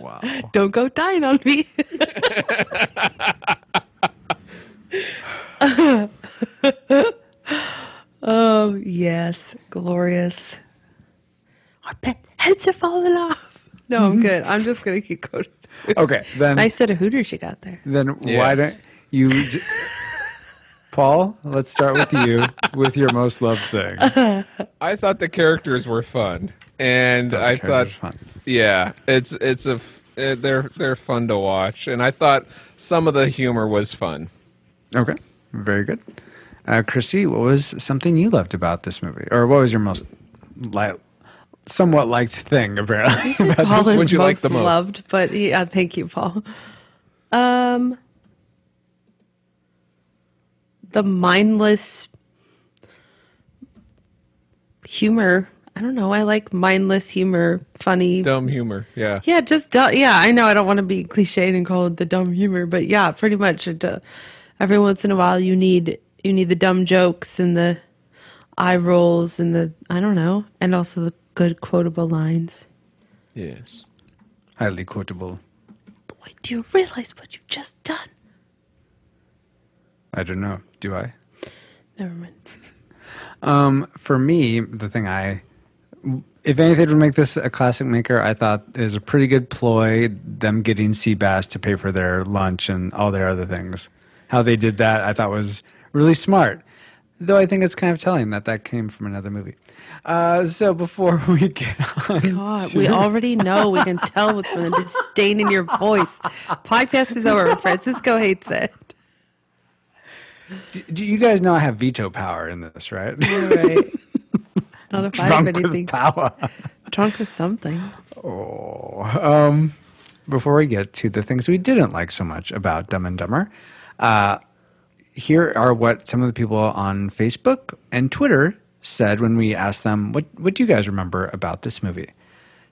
[SPEAKER 1] Wow.
[SPEAKER 4] Don't go dying on me. oh yes, glorious. Our pet heads are falling off. No, I'm good. I'm just gonna keep going.
[SPEAKER 1] Okay, then,
[SPEAKER 4] Nice set of hooters you got there.
[SPEAKER 1] then why
[SPEAKER 3] Yes.
[SPEAKER 1] don't you. j- Paul, let's start with you with your most loved thing.
[SPEAKER 3] I thought the characters were fun, and I thought,
[SPEAKER 1] Character's fun.
[SPEAKER 3] yeah, it's it's a f- uh, they're they're fun to watch, and I thought some of the humor was fun.
[SPEAKER 1] Okay, very good. Uh, Chrissy, what was something you loved about this movie, or what was your most li- somewhat liked thing? Apparently, about
[SPEAKER 4] Paul is
[SPEAKER 3] What'd you like the most?
[SPEAKER 4] Loved, but yeah, thank you, Paul. Um, the mindless humor. I don't know. I like mindless humor, funny.
[SPEAKER 3] Dumb humor, yeah.
[SPEAKER 4] Yeah, just du- yeah. I know I don't want to be cliched and call it the dumb humor, but yeah, pretty much. It, uh, every once in a while, you need you need the dumb jokes and the eye rolls and the I don't know, and also the good quotable lines.
[SPEAKER 3] Yes.
[SPEAKER 1] highly quotable.
[SPEAKER 4] Boy, do you realize what you've just done?
[SPEAKER 1] I don't know. Do I?
[SPEAKER 4] Never mind.
[SPEAKER 1] Um, for me, the thing I, if anything would make this a classic maker, I thought is a pretty good ploy. Them getting sea bass to pay for their lunch and all their other things. How they did that, I thought was really smart. Though I think it's kind of telling that that came from another movie. Uh, so before we get on,
[SPEAKER 4] God,
[SPEAKER 1] to-
[SPEAKER 4] we already know. We can tell with the disdain in your voice. Podcast is over. Francisco hates it.
[SPEAKER 1] do you guys know I have veto power in this, right?
[SPEAKER 4] Right. Not if I have
[SPEAKER 1] Drunk
[SPEAKER 4] anything.
[SPEAKER 1] with power.
[SPEAKER 4] Drunk with something.
[SPEAKER 1] Um, before we get to the things we didn't like so much about Dumb and Dumber, uh, here are what some of the people on Facebook and Twitter said when we asked them, "What what do you guys remember about this movie?"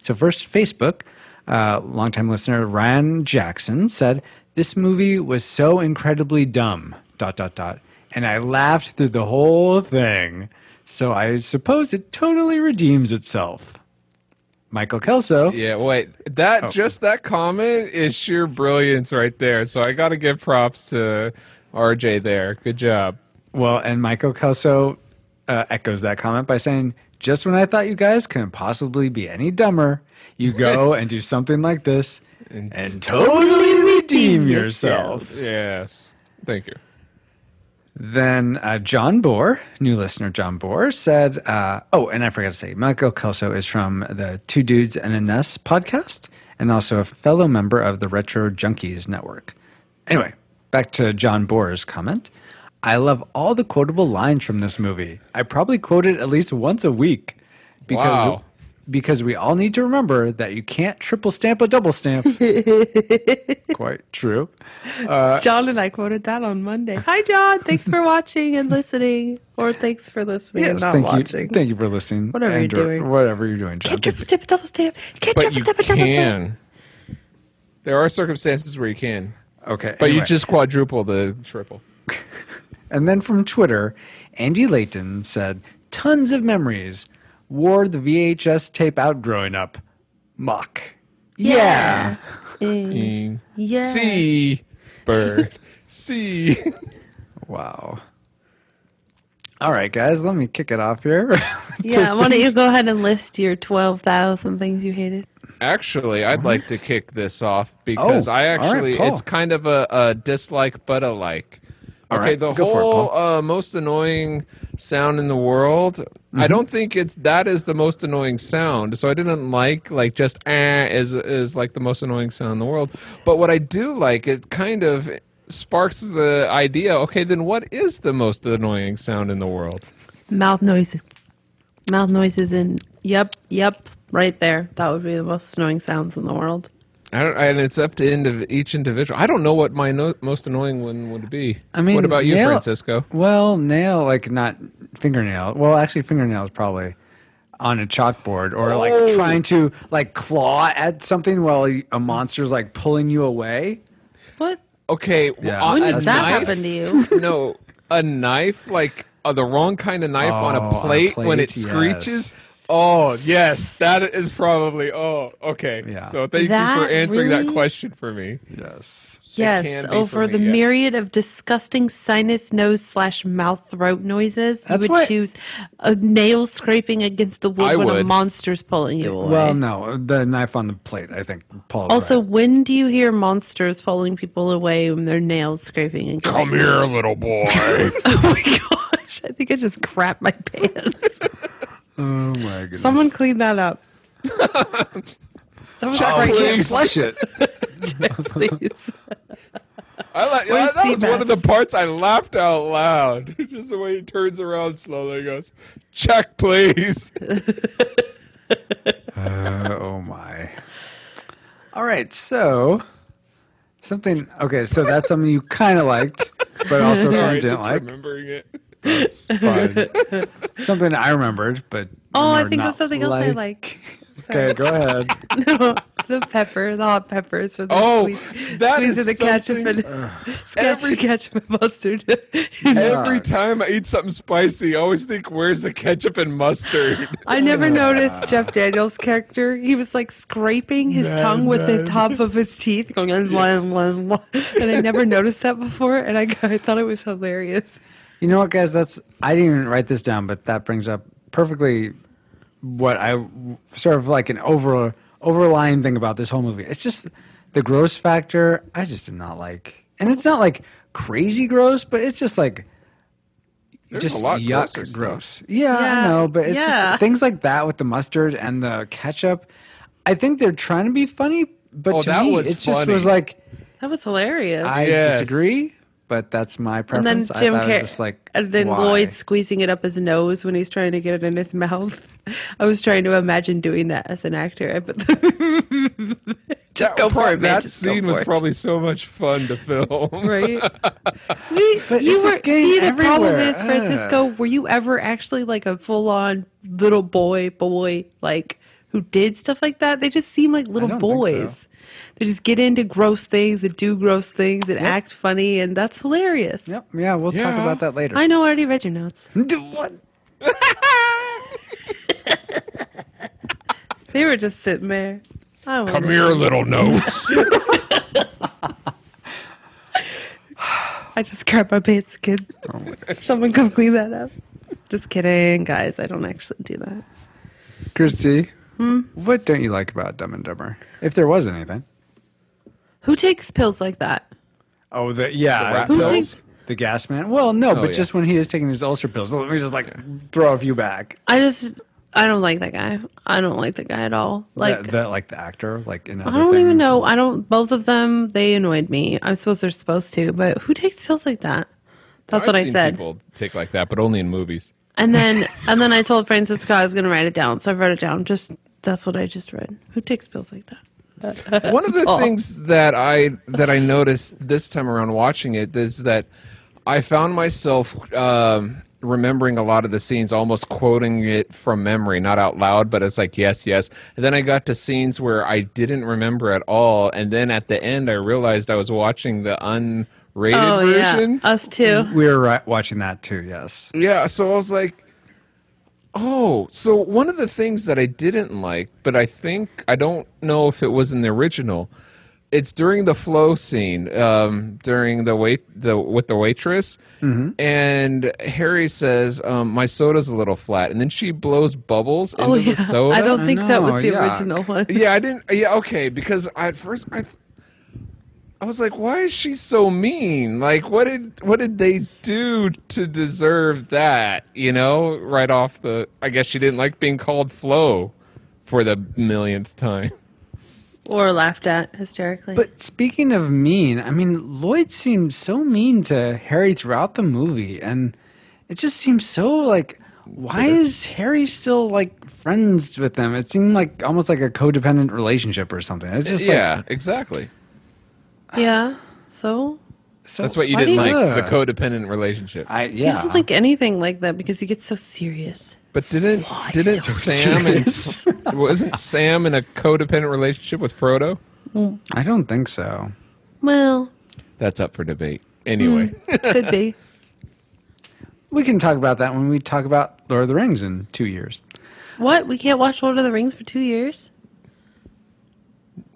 [SPEAKER 1] So first, Facebook, uh, longtime listener Ryan Jackson said, "This movie was so incredibly dumb." Dot dot dot, and I laughed through the whole thing. So I suppose it totally redeems itself. Michael Kelso.
[SPEAKER 3] Yeah, wait. That
[SPEAKER 1] Oh.
[SPEAKER 3] just that comment is sheer brilliance right there. So I got to give props to RJ there. Good job.
[SPEAKER 1] Well, and Michael Kelso uh, echoes that comment by saying, "Just when I thought you guys couldn't possibly be any dumber, you go and do something like this and, totally redeem yourself."
[SPEAKER 3] Yes. Thank you.
[SPEAKER 1] Then uh, John Bohr, new listener John Bohr, said, uh, "Oh, and I forgot to say, Michael Kelso is from the Two Dudes and a Ness podcast, and also a fellow member of the Retro Junkies Network." Anyway, back to John Bohr's comment. I love all the quotable lines from this movie. I probably quote it at least once a week because
[SPEAKER 3] Wow.
[SPEAKER 1] because we all need to remember that you can't triple stamp a double stamp. Quite true. Uh,
[SPEAKER 4] John and I quoted that on Monday. Hi, John. Thanks for watching and listening, or thanks for listening and not
[SPEAKER 1] thank you.
[SPEAKER 4] watching.
[SPEAKER 1] Thank you for listening.
[SPEAKER 4] Whatever you're
[SPEAKER 1] and or-
[SPEAKER 4] doing.
[SPEAKER 1] whatever you're doing, John.
[SPEAKER 4] Can't triple step, double step. Can't
[SPEAKER 3] But
[SPEAKER 4] triple
[SPEAKER 3] you
[SPEAKER 4] step, double step.
[SPEAKER 3] can. There are circumstances where you can.
[SPEAKER 1] Okay.
[SPEAKER 3] But you
[SPEAKER 1] anyway.
[SPEAKER 3] just quadruple the triple.
[SPEAKER 1] And then from Twitter, Andy Layton said, "Tons of memories. Wore the VHS tape out growing up. Mock." Yeah.
[SPEAKER 4] Mm, Yeah.
[SPEAKER 3] See, bird. See.
[SPEAKER 1] Wow. All right, guys, let me kick it off here.
[SPEAKER 4] Yeah. Why don't you go ahead and list your 12,000 things you hated?
[SPEAKER 3] Actually, I'd like to kick this off because
[SPEAKER 1] Oh,
[SPEAKER 3] I
[SPEAKER 1] all right,
[SPEAKER 3] actually
[SPEAKER 1] Paul.
[SPEAKER 3] it's kind of a, a dislike but a like.
[SPEAKER 1] All
[SPEAKER 3] okay,
[SPEAKER 1] right,
[SPEAKER 3] the
[SPEAKER 1] go for it,
[SPEAKER 3] whole uh, most annoying sound in the world. I
[SPEAKER 1] Mm-hmm.
[SPEAKER 3] don't think it's that is the most annoying sound. So I didn't like like just eh, is is like the most annoying sound in the world. But what I do like it kind of sparks the idea. Okay, then what is the most annoying sound in the world?
[SPEAKER 4] Mouth noises. Mouth noises and yep, yep, right there. That would be the most annoying sounds in the world.
[SPEAKER 3] I don't, and it's up to indiv- each individual. I don't know what my no- most annoying one would be.
[SPEAKER 1] I mean,
[SPEAKER 3] what about you,
[SPEAKER 1] nail-
[SPEAKER 3] Francisco?
[SPEAKER 1] Well, nail like not fingernail. Well, actually, fingernail is probably on a chalkboard or
[SPEAKER 3] Oh!
[SPEAKER 1] like trying to like claw at something while a monster's like pulling you away.
[SPEAKER 4] What?
[SPEAKER 3] Okay, w-
[SPEAKER 1] Yeah.
[SPEAKER 3] uh,
[SPEAKER 1] When
[SPEAKER 3] a
[SPEAKER 1] did
[SPEAKER 4] That
[SPEAKER 1] that
[SPEAKER 3] knife?
[SPEAKER 4] happened to you.
[SPEAKER 3] no, a knife like uh, the wrong kind of knife on,
[SPEAKER 1] Oh,
[SPEAKER 3] a
[SPEAKER 1] on a
[SPEAKER 3] plate when it
[SPEAKER 1] plate, yes.
[SPEAKER 3] screeches. Oh yes, that is probably. Oh, okay.
[SPEAKER 1] Yeah.
[SPEAKER 3] So thank you
[SPEAKER 4] That
[SPEAKER 3] for answering that
[SPEAKER 4] really-
[SPEAKER 3] question for me.
[SPEAKER 1] Yes.
[SPEAKER 4] Yes,
[SPEAKER 3] can be for
[SPEAKER 4] over
[SPEAKER 3] me,
[SPEAKER 4] the
[SPEAKER 3] yes.
[SPEAKER 4] myriad of disgusting sinus, nose, slash mouth, throat noises,
[SPEAKER 1] That's
[SPEAKER 4] you would
[SPEAKER 1] why-
[SPEAKER 4] choose a nail scraping against the wood
[SPEAKER 3] I
[SPEAKER 4] when a
[SPEAKER 3] would.
[SPEAKER 4] monster's pulling you away.
[SPEAKER 1] Well, no, the knife on the plate. I think Paul. is
[SPEAKER 4] also,
[SPEAKER 1] right.
[SPEAKER 4] when do you hear monsters pulling people away when their nails scraping against? Come here, little boy. oh my gosh! I think I just crapped my pants.
[SPEAKER 1] oh my goodness.
[SPEAKER 4] Someone clean that up. Someone
[SPEAKER 3] Check,
[SPEAKER 1] oh,
[SPEAKER 4] clean
[SPEAKER 1] we can't
[SPEAKER 3] Please.
[SPEAKER 1] flush it.
[SPEAKER 4] that, please.
[SPEAKER 3] I la-
[SPEAKER 4] Where's
[SPEAKER 3] that was one
[SPEAKER 4] Seabass?
[SPEAKER 3] of the parts I laughed out loud. Just the way he turns around slowly and goes, "Check, please."
[SPEAKER 1] Uh, oh my. All right, so something. Okay, so that's something you kind of liked, but also kind
[SPEAKER 3] Sorry,
[SPEAKER 1] of didn't
[SPEAKER 3] just
[SPEAKER 1] like.
[SPEAKER 3] remembering it.
[SPEAKER 1] That's fine. something I remembered, but
[SPEAKER 4] Oh, I
[SPEAKER 1] remembered
[SPEAKER 4] think
[SPEAKER 1] not
[SPEAKER 4] that's something else I like.
[SPEAKER 1] Okay, go ahead.
[SPEAKER 4] no, the pepper, the hot peppers. For the
[SPEAKER 3] Oh,
[SPEAKER 4] squeeze,
[SPEAKER 3] that
[SPEAKER 4] squeeze
[SPEAKER 3] is
[SPEAKER 4] of the ketchup
[SPEAKER 3] something-
[SPEAKER 4] and sketch
[SPEAKER 3] Every-
[SPEAKER 4] the ketchup and mustard.
[SPEAKER 3] Every time I eat something spicy, I always think, "Where's the ketchup and mustard?"
[SPEAKER 4] I never noticed Jeff Daniels' character. He was like scraping his tongue with the top of his teeth, going and and I never noticed that before, and I, I thought it was hilarious.
[SPEAKER 1] You know what, guys? That's I didn't even write this down, but that brings up perfectly what I sort of like an over overlying thing about this whole movie. It's just the gross factor. I just did not like, and it's not like crazy gross, but it's just like
[SPEAKER 3] There's
[SPEAKER 1] just
[SPEAKER 3] a lot
[SPEAKER 1] yuck
[SPEAKER 3] grosser stuff.
[SPEAKER 1] gross. Yeah, I
[SPEAKER 4] Yeah,
[SPEAKER 1] know, but it's
[SPEAKER 4] yeah.
[SPEAKER 1] just things like that with the mustard and the ketchup. I think they're trying to be funny, but
[SPEAKER 3] Oh,
[SPEAKER 1] to
[SPEAKER 3] that
[SPEAKER 1] me,
[SPEAKER 3] was
[SPEAKER 1] it just
[SPEAKER 3] funny.
[SPEAKER 1] was like
[SPEAKER 4] That was hilarious.
[SPEAKER 1] I
[SPEAKER 3] Yes.
[SPEAKER 1] disagree. But that's my
[SPEAKER 4] and
[SPEAKER 1] preference.
[SPEAKER 4] then
[SPEAKER 1] I
[SPEAKER 4] Jim
[SPEAKER 1] thought it was
[SPEAKER 4] Carrey,
[SPEAKER 1] just like
[SPEAKER 4] and then
[SPEAKER 1] why?
[SPEAKER 4] Lloyd squeezing it up his nose when he's trying to get it in his mouth. I was trying to imagine doing that as an actor, but just
[SPEAKER 3] That
[SPEAKER 4] go for
[SPEAKER 3] part-
[SPEAKER 4] it. man.
[SPEAKER 3] That
[SPEAKER 4] Just go
[SPEAKER 3] scene was
[SPEAKER 4] for it.
[SPEAKER 3] probably so much fun to film.
[SPEAKER 4] right? We,
[SPEAKER 1] But
[SPEAKER 4] you
[SPEAKER 1] it's
[SPEAKER 4] were
[SPEAKER 1] just getting
[SPEAKER 4] see the problem
[SPEAKER 1] everywhere.
[SPEAKER 4] is Francisco. Were you ever actually like a full on little boy boy like who did stuff like that? They just seem like little
[SPEAKER 1] don't think so.
[SPEAKER 4] boys. They just get into gross things and do gross things and act funny, and that's hilarious.
[SPEAKER 1] Yep. Yeah, we'll talk
[SPEAKER 3] Yeah.
[SPEAKER 1] about that later.
[SPEAKER 4] I know. I already read your notes.
[SPEAKER 1] D- what?
[SPEAKER 4] They were just sitting there. I
[SPEAKER 3] Come
[SPEAKER 4] wasn't-
[SPEAKER 3] here, little notes.
[SPEAKER 4] I just grabbed my pants, kid.
[SPEAKER 3] Oh
[SPEAKER 4] Someone come clean that up. Just kidding, guys. I don't actually do that.
[SPEAKER 1] Christy,
[SPEAKER 4] Hmm?
[SPEAKER 1] what don't you like about Dumb and Dumber? If there was anything.
[SPEAKER 4] Who takes pills like that?
[SPEAKER 1] Oh, the yeah,
[SPEAKER 3] rat
[SPEAKER 1] the,
[SPEAKER 4] Who
[SPEAKER 3] pills?
[SPEAKER 4] takes?
[SPEAKER 1] gas man. Well, no, but
[SPEAKER 3] yeah.
[SPEAKER 1] just when he is taking his ulcer pills, let me just like throw a few back.
[SPEAKER 4] I just I don't like that guy. I don't like that guy at all. Like
[SPEAKER 1] the, the- like the actor, like in
[SPEAKER 4] I don't even know. I don't. Both of them they annoyed me. I suppose they're supposed to, but who takes pills like that? That's what
[SPEAKER 3] I've
[SPEAKER 4] I
[SPEAKER 3] seen
[SPEAKER 4] said.
[SPEAKER 3] People take like that, but only in movies.
[SPEAKER 4] And then and then I told Francisco I was going to write it down, so I wrote it down. Just that's what I just read. Who takes pills like that?
[SPEAKER 3] One of the things that I that I noticed this time around watching it is that I found myself um, remembering a lot of the scenes, almost quoting it from memory, not out loud, but it's like yes, yes. And then I got to scenes where I didn't remember at all, and then at the end I realized I was watching the unrated
[SPEAKER 4] oh
[SPEAKER 3] version.
[SPEAKER 4] yeah, us too.
[SPEAKER 1] We were ri- watching that too. Yes.
[SPEAKER 3] Yeah, so I was like, Oh, so one of the things that I didn't like, but I think I don't know if it was in the original. It's during the flow scene, um, during the wait the with the waitress, and Harry says, um, "My soda's a little flat," and then she blows bubbles into
[SPEAKER 4] Oh yeah,
[SPEAKER 3] the soda.
[SPEAKER 4] I don't
[SPEAKER 1] I
[SPEAKER 4] think that
[SPEAKER 1] know,
[SPEAKER 4] was the
[SPEAKER 1] yuck.
[SPEAKER 4] original one.
[SPEAKER 3] yeah, I didn't. Yeah, okay, because I, at first I, I was like, why is she so mean? Like, what did what did they do to deserve that? You know, right off the. I guess she didn't like being called Flo, for the millionth time.
[SPEAKER 4] Or laughed at hysterically.
[SPEAKER 1] But speaking of mean, I mean, Lloyd seems so mean to Harry throughout the movie, and it just seems so like, why is Harry still like friends with them? It seemed like almost like a codependent relationship or something. It's just like,
[SPEAKER 3] yeah, exactly.
[SPEAKER 4] yeah. So
[SPEAKER 1] so-
[SPEAKER 3] That's what you
[SPEAKER 1] why do
[SPEAKER 3] didn't like the
[SPEAKER 1] Ugh.
[SPEAKER 3] codependent relationship.
[SPEAKER 1] I
[SPEAKER 4] he
[SPEAKER 1] yeah.
[SPEAKER 4] doesn't like anything like that because he gets so serious.
[SPEAKER 3] But didn't didn't
[SPEAKER 1] so
[SPEAKER 3] Sam
[SPEAKER 1] serious?
[SPEAKER 3] and wasn't Sam in a codependent relationship with Frodo?
[SPEAKER 1] I don't think so.
[SPEAKER 4] Well,
[SPEAKER 3] That's up for debate. Anyway.
[SPEAKER 4] could be.
[SPEAKER 1] We can talk about that when we talk about Lord of the Rings in two years.
[SPEAKER 4] What? We can't watch Lord of the Rings for two years?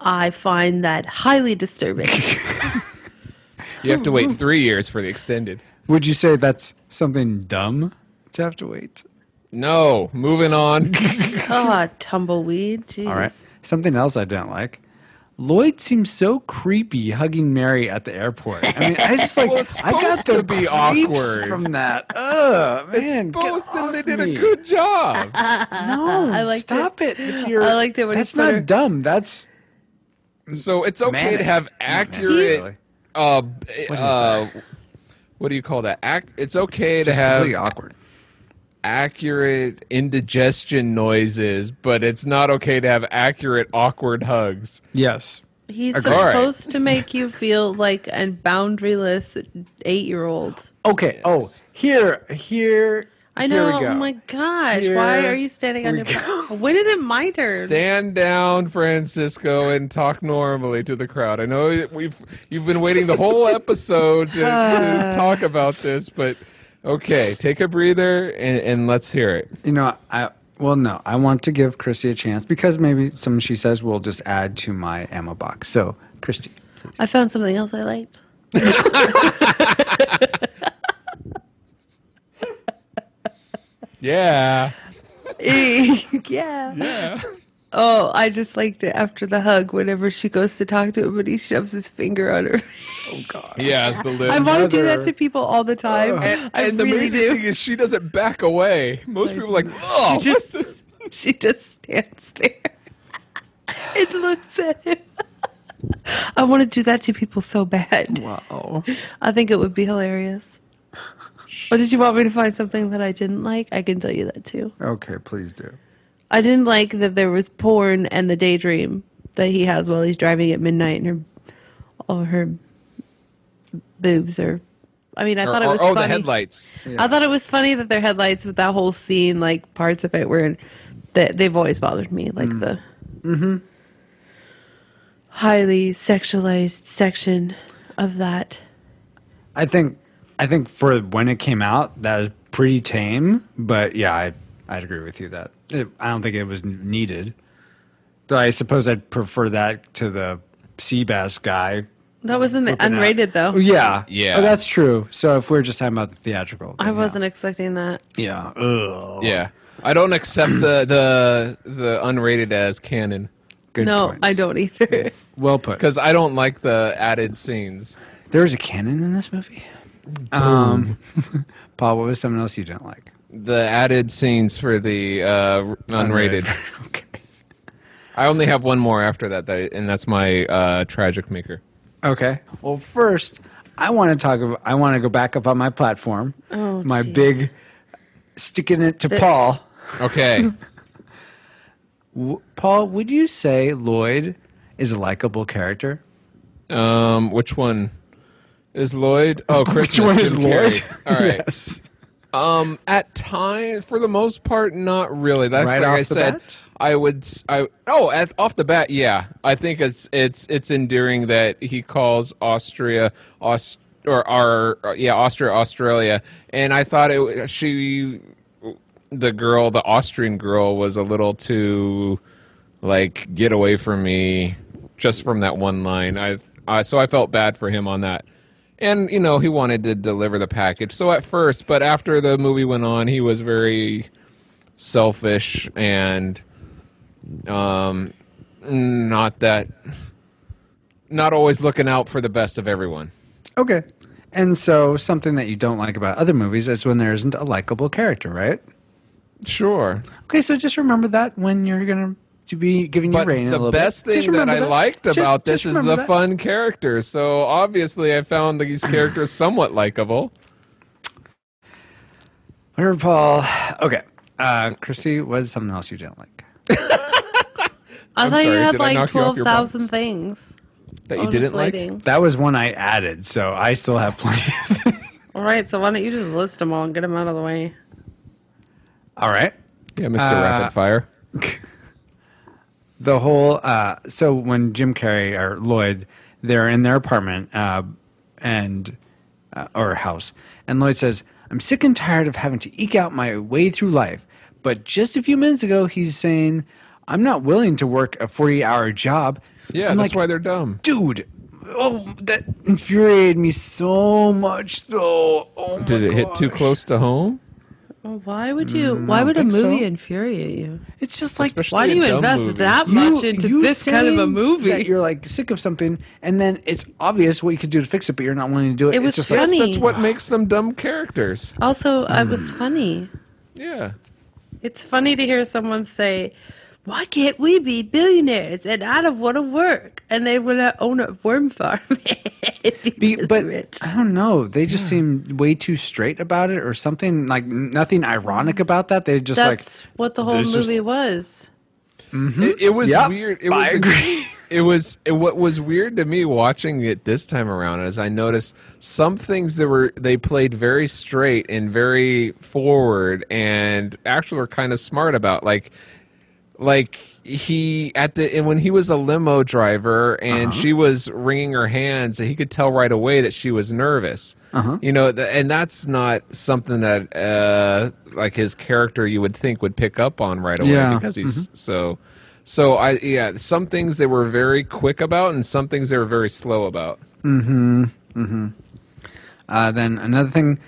[SPEAKER 4] I find that highly disturbing.
[SPEAKER 3] You have to wait three years for the extended.
[SPEAKER 1] Would you say that's something dumb to have to wait?
[SPEAKER 3] No, moving on.
[SPEAKER 4] Ah, tumbleweed. Jeez.
[SPEAKER 1] All right. Something else I don't like. Lloyd seems so creepy hugging Mary at the airport. I mean, I just like
[SPEAKER 3] Well, it's
[SPEAKER 1] I got
[SPEAKER 3] supposed
[SPEAKER 1] the
[SPEAKER 3] to be
[SPEAKER 1] creeps
[SPEAKER 3] awkward.
[SPEAKER 1] from that. Ugh, man,
[SPEAKER 3] It's
[SPEAKER 1] get
[SPEAKER 3] supposed to
[SPEAKER 1] off
[SPEAKER 3] they did
[SPEAKER 1] me.
[SPEAKER 3] a good job.
[SPEAKER 1] No,
[SPEAKER 4] I liked
[SPEAKER 1] stop it. with your,
[SPEAKER 4] I liked it when he
[SPEAKER 1] that's
[SPEAKER 4] put
[SPEAKER 1] not
[SPEAKER 4] her-
[SPEAKER 1] dumb. That's
[SPEAKER 3] So it's okay
[SPEAKER 1] Manic.
[SPEAKER 3] to have
[SPEAKER 1] Not manic,
[SPEAKER 3] accurate.
[SPEAKER 1] really.
[SPEAKER 3] uh,
[SPEAKER 1] What is
[SPEAKER 3] uh, what do you call that? Act. It's okay to
[SPEAKER 1] Just
[SPEAKER 3] have
[SPEAKER 1] completely awkward.
[SPEAKER 3] accurate indigestion noises, but it's not okay to have accurate awkward hugs.
[SPEAKER 1] Yes.
[SPEAKER 4] He's
[SPEAKER 3] All right.
[SPEAKER 4] supposed to make you feel like a boundaryless eight-year-old.
[SPEAKER 1] Okay. Oh, here, here.
[SPEAKER 4] I know.
[SPEAKER 1] Here we go.
[SPEAKER 4] Oh my gosh! Why
[SPEAKER 1] Here
[SPEAKER 4] are you standing on
[SPEAKER 1] we
[SPEAKER 4] your?
[SPEAKER 1] go.
[SPEAKER 4] When is it my turn?
[SPEAKER 3] Stand down, Francisco, and talk normally to the crowd. I know that we've you've been waiting the whole episode to, to talk about this, but okay, take a breather and, and let's hear it.
[SPEAKER 1] You know, I well, no, I want to give Christy a chance because maybe some she says will just add to my ammo box. So, Christy, please.
[SPEAKER 4] I found something else I liked.
[SPEAKER 3] Yeah.
[SPEAKER 4] yeah.
[SPEAKER 3] Yeah.
[SPEAKER 4] Oh, I just liked it after the hug. Whenever she goes to talk to him, but he shoves his finger on her.
[SPEAKER 3] Yeah, the lip.
[SPEAKER 4] I want to do that
[SPEAKER 1] Another-
[SPEAKER 4] to people all the time.
[SPEAKER 3] and,
[SPEAKER 4] I
[SPEAKER 3] and the
[SPEAKER 4] really
[SPEAKER 3] amazing
[SPEAKER 4] do.
[SPEAKER 3] thing is she doesn't back away. Most people are like, oh,
[SPEAKER 4] She just, she just stands there and looks at him. I want to do that to people so bad.
[SPEAKER 1] Wow.
[SPEAKER 4] I think it would be hilarious. Or did you want me to find something that I didn't like? I can tell you that too.
[SPEAKER 1] Okay, please do.
[SPEAKER 4] I didn't like that there was porn and the daydream that he has while he's driving at midnight and her, all her boobs are. I mean, I
[SPEAKER 3] or,
[SPEAKER 4] thought it
[SPEAKER 3] or-
[SPEAKER 4] was
[SPEAKER 3] oh,
[SPEAKER 4] funny.
[SPEAKER 3] the headlights.
[SPEAKER 4] I thought it was funny that their headlights with that whole scene, like parts of it were that they've always bothered me, like
[SPEAKER 3] Mm.
[SPEAKER 4] the
[SPEAKER 3] Mm-hmm.
[SPEAKER 4] highly sexualized section of that.
[SPEAKER 1] I think I think for when it came out, that was pretty tame. But yeah, I I'd agree with you that it, I don't think it was needed. Though I suppose I'd prefer that to the sea bass guy.
[SPEAKER 4] That was in the
[SPEAKER 1] flipping out.
[SPEAKER 4] unrated though.
[SPEAKER 1] Yeah,
[SPEAKER 3] Yeah.
[SPEAKER 1] Oh, that's true. So if we're just talking about the theatrical,
[SPEAKER 4] I
[SPEAKER 1] then
[SPEAKER 4] wasn't expecting that.
[SPEAKER 1] Yeah. yeah. Ugh.
[SPEAKER 3] Yeah. I don't accept the, the the unrated as canon
[SPEAKER 1] Good
[SPEAKER 4] no,
[SPEAKER 1] points.
[SPEAKER 4] I don't either.
[SPEAKER 1] Well put.
[SPEAKER 3] because I don't like the added scenes.
[SPEAKER 1] There was a cannon in this movie. Um, Paul, what was something else you didn't like?
[SPEAKER 3] The added scenes for the uh, unrated.
[SPEAKER 1] okay.
[SPEAKER 3] I only have one more after that, that and that's my uh, tragic maker.
[SPEAKER 1] Okay. Well, first, I want to talk. About, I want to go back up on my platform.
[SPEAKER 4] Oh,
[SPEAKER 1] my
[SPEAKER 4] geez.
[SPEAKER 1] big sticking it to Paul.
[SPEAKER 3] Okay.
[SPEAKER 1] W- Paul, would you say Lloyd is a likable character?
[SPEAKER 3] um, which one is Lloyd? Oh, Christmas.
[SPEAKER 1] one is
[SPEAKER 3] Jim
[SPEAKER 1] Lloyd?
[SPEAKER 3] Carrey. All right.
[SPEAKER 1] Yes.
[SPEAKER 3] Um, at times, for the most part, not really. That's
[SPEAKER 1] Right
[SPEAKER 3] like
[SPEAKER 1] off
[SPEAKER 3] I
[SPEAKER 1] the
[SPEAKER 3] said.
[SPEAKER 1] bat?
[SPEAKER 3] I would. s- I oh, at, off the bat, yeah. I think it's it's it's endearing that he calls Austria Aust or our yeah Austria Australia, and I thought it w- she the girl, the Austrian girl, was a little too like get away from me just from that one line. I, I so I felt bad for him on that. And you know, he wanted to deliver the package. So at first, but after the movie went on, he was very selfish and um not that not always looking out for the best of everyone.
[SPEAKER 1] Okay. And so something that you don't like about other movies is when there isn't a likable character, right?
[SPEAKER 3] Sure.
[SPEAKER 1] Okay, so just remember that when you're gonna to be giving your
[SPEAKER 3] But
[SPEAKER 1] rating. a
[SPEAKER 3] the
[SPEAKER 1] little
[SPEAKER 3] best
[SPEAKER 1] bit. Just
[SPEAKER 3] thing that
[SPEAKER 1] remember
[SPEAKER 3] I liked
[SPEAKER 1] Just-
[SPEAKER 3] about
[SPEAKER 1] just
[SPEAKER 3] this is
[SPEAKER 1] remember
[SPEAKER 3] the
[SPEAKER 1] that.
[SPEAKER 3] fun characters. So obviously, I found these characters somewhat likable.
[SPEAKER 1] Whatever, Paul. Okay, uh, Chrissy, was something else you didn't like?
[SPEAKER 4] I
[SPEAKER 3] I'm
[SPEAKER 4] thought
[SPEAKER 3] sorry,
[SPEAKER 4] you had
[SPEAKER 3] did I
[SPEAKER 4] like
[SPEAKER 3] knock you off
[SPEAKER 4] twelve
[SPEAKER 3] your
[SPEAKER 4] thousand
[SPEAKER 3] balance?
[SPEAKER 4] things.
[SPEAKER 3] That
[SPEAKER 4] I
[SPEAKER 3] you
[SPEAKER 4] was
[SPEAKER 3] didn't like?
[SPEAKER 4] waiting.
[SPEAKER 1] That was one I added, so I still have plenty. Of
[SPEAKER 4] All right, so why don't you just list them all and get them out of the way?
[SPEAKER 1] All right.
[SPEAKER 3] Yeah, Mr.
[SPEAKER 1] Uh,
[SPEAKER 3] Rapid Fire.
[SPEAKER 1] the whole uh, so when Jim Carrey or Lloyd they're in their apartment uh, and uh, or house and Lloyd says I'm sick and tired of having to eke out my way through life but just a few minutes ago he's saying I'm not willing to work a 40 hour job
[SPEAKER 3] Yeah,
[SPEAKER 1] I'm
[SPEAKER 3] that's
[SPEAKER 1] like,
[SPEAKER 3] why they're dumb.
[SPEAKER 1] dude oh that infuriated me so much though oh
[SPEAKER 3] Did
[SPEAKER 1] my
[SPEAKER 3] it hit too
[SPEAKER 1] gosh.
[SPEAKER 3] close to home?
[SPEAKER 4] Well, why would you? why would a
[SPEAKER 1] Mm, think
[SPEAKER 4] movie
[SPEAKER 1] so.
[SPEAKER 4] infuriate you?
[SPEAKER 1] it's just like
[SPEAKER 3] Especially
[SPEAKER 4] Why do
[SPEAKER 3] a
[SPEAKER 4] you
[SPEAKER 3] dumb
[SPEAKER 4] invest
[SPEAKER 3] movie.
[SPEAKER 4] that much into this kind of
[SPEAKER 1] saying
[SPEAKER 4] a
[SPEAKER 1] That
[SPEAKER 4] movie?
[SPEAKER 1] you're like sick of something, and then it's obvious what you could do to fix it, but you're not willing to do it.
[SPEAKER 4] It
[SPEAKER 1] it's
[SPEAKER 4] was
[SPEAKER 1] just
[SPEAKER 4] funny.
[SPEAKER 1] like
[SPEAKER 3] That's what makes them dumb characters.
[SPEAKER 4] Also, I was
[SPEAKER 1] Mm.
[SPEAKER 4] funny.
[SPEAKER 3] Yeah.
[SPEAKER 4] It's funny to hear someone say, "Why can't we be billionaires?" And I don't want to work, and they want to own a worm farm.
[SPEAKER 1] Be, but
[SPEAKER 4] Rich.
[SPEAKER 1] I don't know. They just seem way too straight about it, or something like nothing ironic about that. They just
[SPEAKER 4] Mm. that's what the whole
[SPEAKER 1] there's just-
[SPEAKER 4] movie was.
[SPEAKER 3] It, it was
[SPEAKER 1] Mm-hmm. Yep,
[SPEAKER 3] weird. It
[SPEAKER 1] I
[SPEAKER 3] was
[SPEAKER 1] agree.
[SPEAKER 3] It was it, what was weird to me watching it this time around is I noticed some things that were they played very straight and very forward and actually were kind of smart about like like he at the and when he was a limo driver and she was wringing her hands he could tell right away that she was nervous
[SPEAKER 1] Uh-huh.
[SPEAKER 3] you know th- and that's not something that uh like his character you would think would pick up on right away
[SPEAKER 1] Yeah.
[SPEAKER 3] because he's so so i yeah some things they were very quick about and some things they were very slow about
[SPEAKER 1] like uh, then another thing.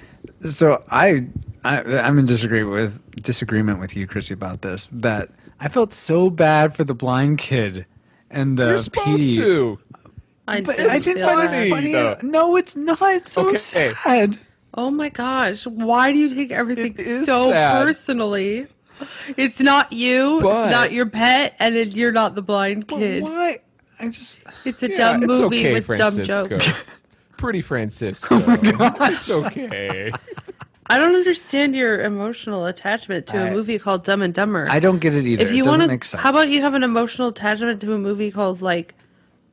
[SPEAKER 1] So I, I I'm in disagree with disagreement with you, Chrissy, about this. That I felt so bad for the blind kid and the
[SPEAKER 3] you're supposed
[SPEAKER 1] PD.
[SPEAKER 3] to
[SPEAKER 4] I
[SPEAKER 1] But
[SPEAKER 4] did
[SPEAKER 1] I didn't
[SPEAKER 4] feel
[SPEAKER 1] find
[SPEAKER 4] that.
[SPEAKER 1] it funny.
[SPEAKER 3] though.
[SPEAKER 1] No, it's not. It's so
[SPEAKER 3] Okay.
[SPEAKER 1] sad.
[SPEAKER 4] Oh my gosh, why do you take everything
[SPEAKER 3] It is
[SPEAKER 4] so
[SPEAKER 3] sad.
[SPEAKER 4] personally? It's not you,
[SPEAKER 3] But-
[SPEAKER 4] it's not your pet, and it, you're not the blind
[SPEAKER 1] But
[SPEAKER 4] kid.
[SPEAKER 1] why? I just.
[SPEAKER 4] It's a
[SPEAKER 3] Yeah,
[SPEAKER 4] dumb
[SPEAKER 3] it's
[SPEAKER 4] movie
[SPEAKER 3] okay,
[SPEAKER 4] with
[SPEAKER 3] francisco
[SPEAKER 4] dumb jokes.
[SPEAKER 3] pretty francisco oh my gosh. it's okay
[SPEAKER 4] I don't understand your emotional attachment to a
[SPEAKER 1] I-
[SPEAKER 4] movie called Dumb and Dumber.
[SPEAKER 1] I don't get it either.
[SPEAKER 4] if you
[SPEAKER 1] it doesn't
[SPEAKER 4] wanna-
[SPEAKER 1] make sense.
[SPEAKER 4] how about you have an emotional attachment to a movie called like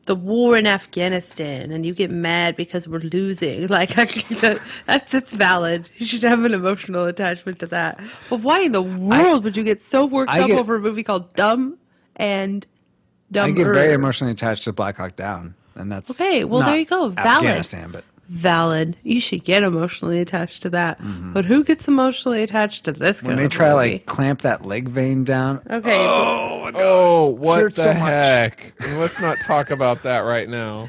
[SPEAKER 4] the war in Afghanistan, and you get mad because we're losing. Like I, can- that, that's that's valid. You should have an emotional attachment to that. But why in the world would you get so worked
[SPEAKER 1] I
[SPEAKER 4] up
[SPEAKER 1] get-
[SPEAKER 4] over a movie called Dumb and
[SPEAKER 1] I
[SPEAKER 4] Dumber?
[SPEAKER 1] get very emotionally attached to Black Hawk Down, and that's
[SPEAKER 4] Okay, well, there
[SPEAKER 1] not
[SPEAKER 4] you go. Valid.
[SPEAKER 1] Afghanistan, but
[SPEAKER 4] Valid. You should get emotionally attached to that. But who gets emotionally attached to this?
[SPEAKER 1] Mm-hmm. when
[SPEAKER 4] kind
[SPEAKER 1] they
[SPEAKER 4] of
[SPEAKER 1] try
[SPEAKER 4] movie?
[SPEAKER 1] like clamp that leg vein down,
[SPEAKER 4] okay.
[SPEAKER 3] Oh, what
[SPEAKER 1] Hurt
[SPEAKER 3] the
[SPEAKER 1] so much.
[SPEAKER 3] heck! Let's not talk about that right now.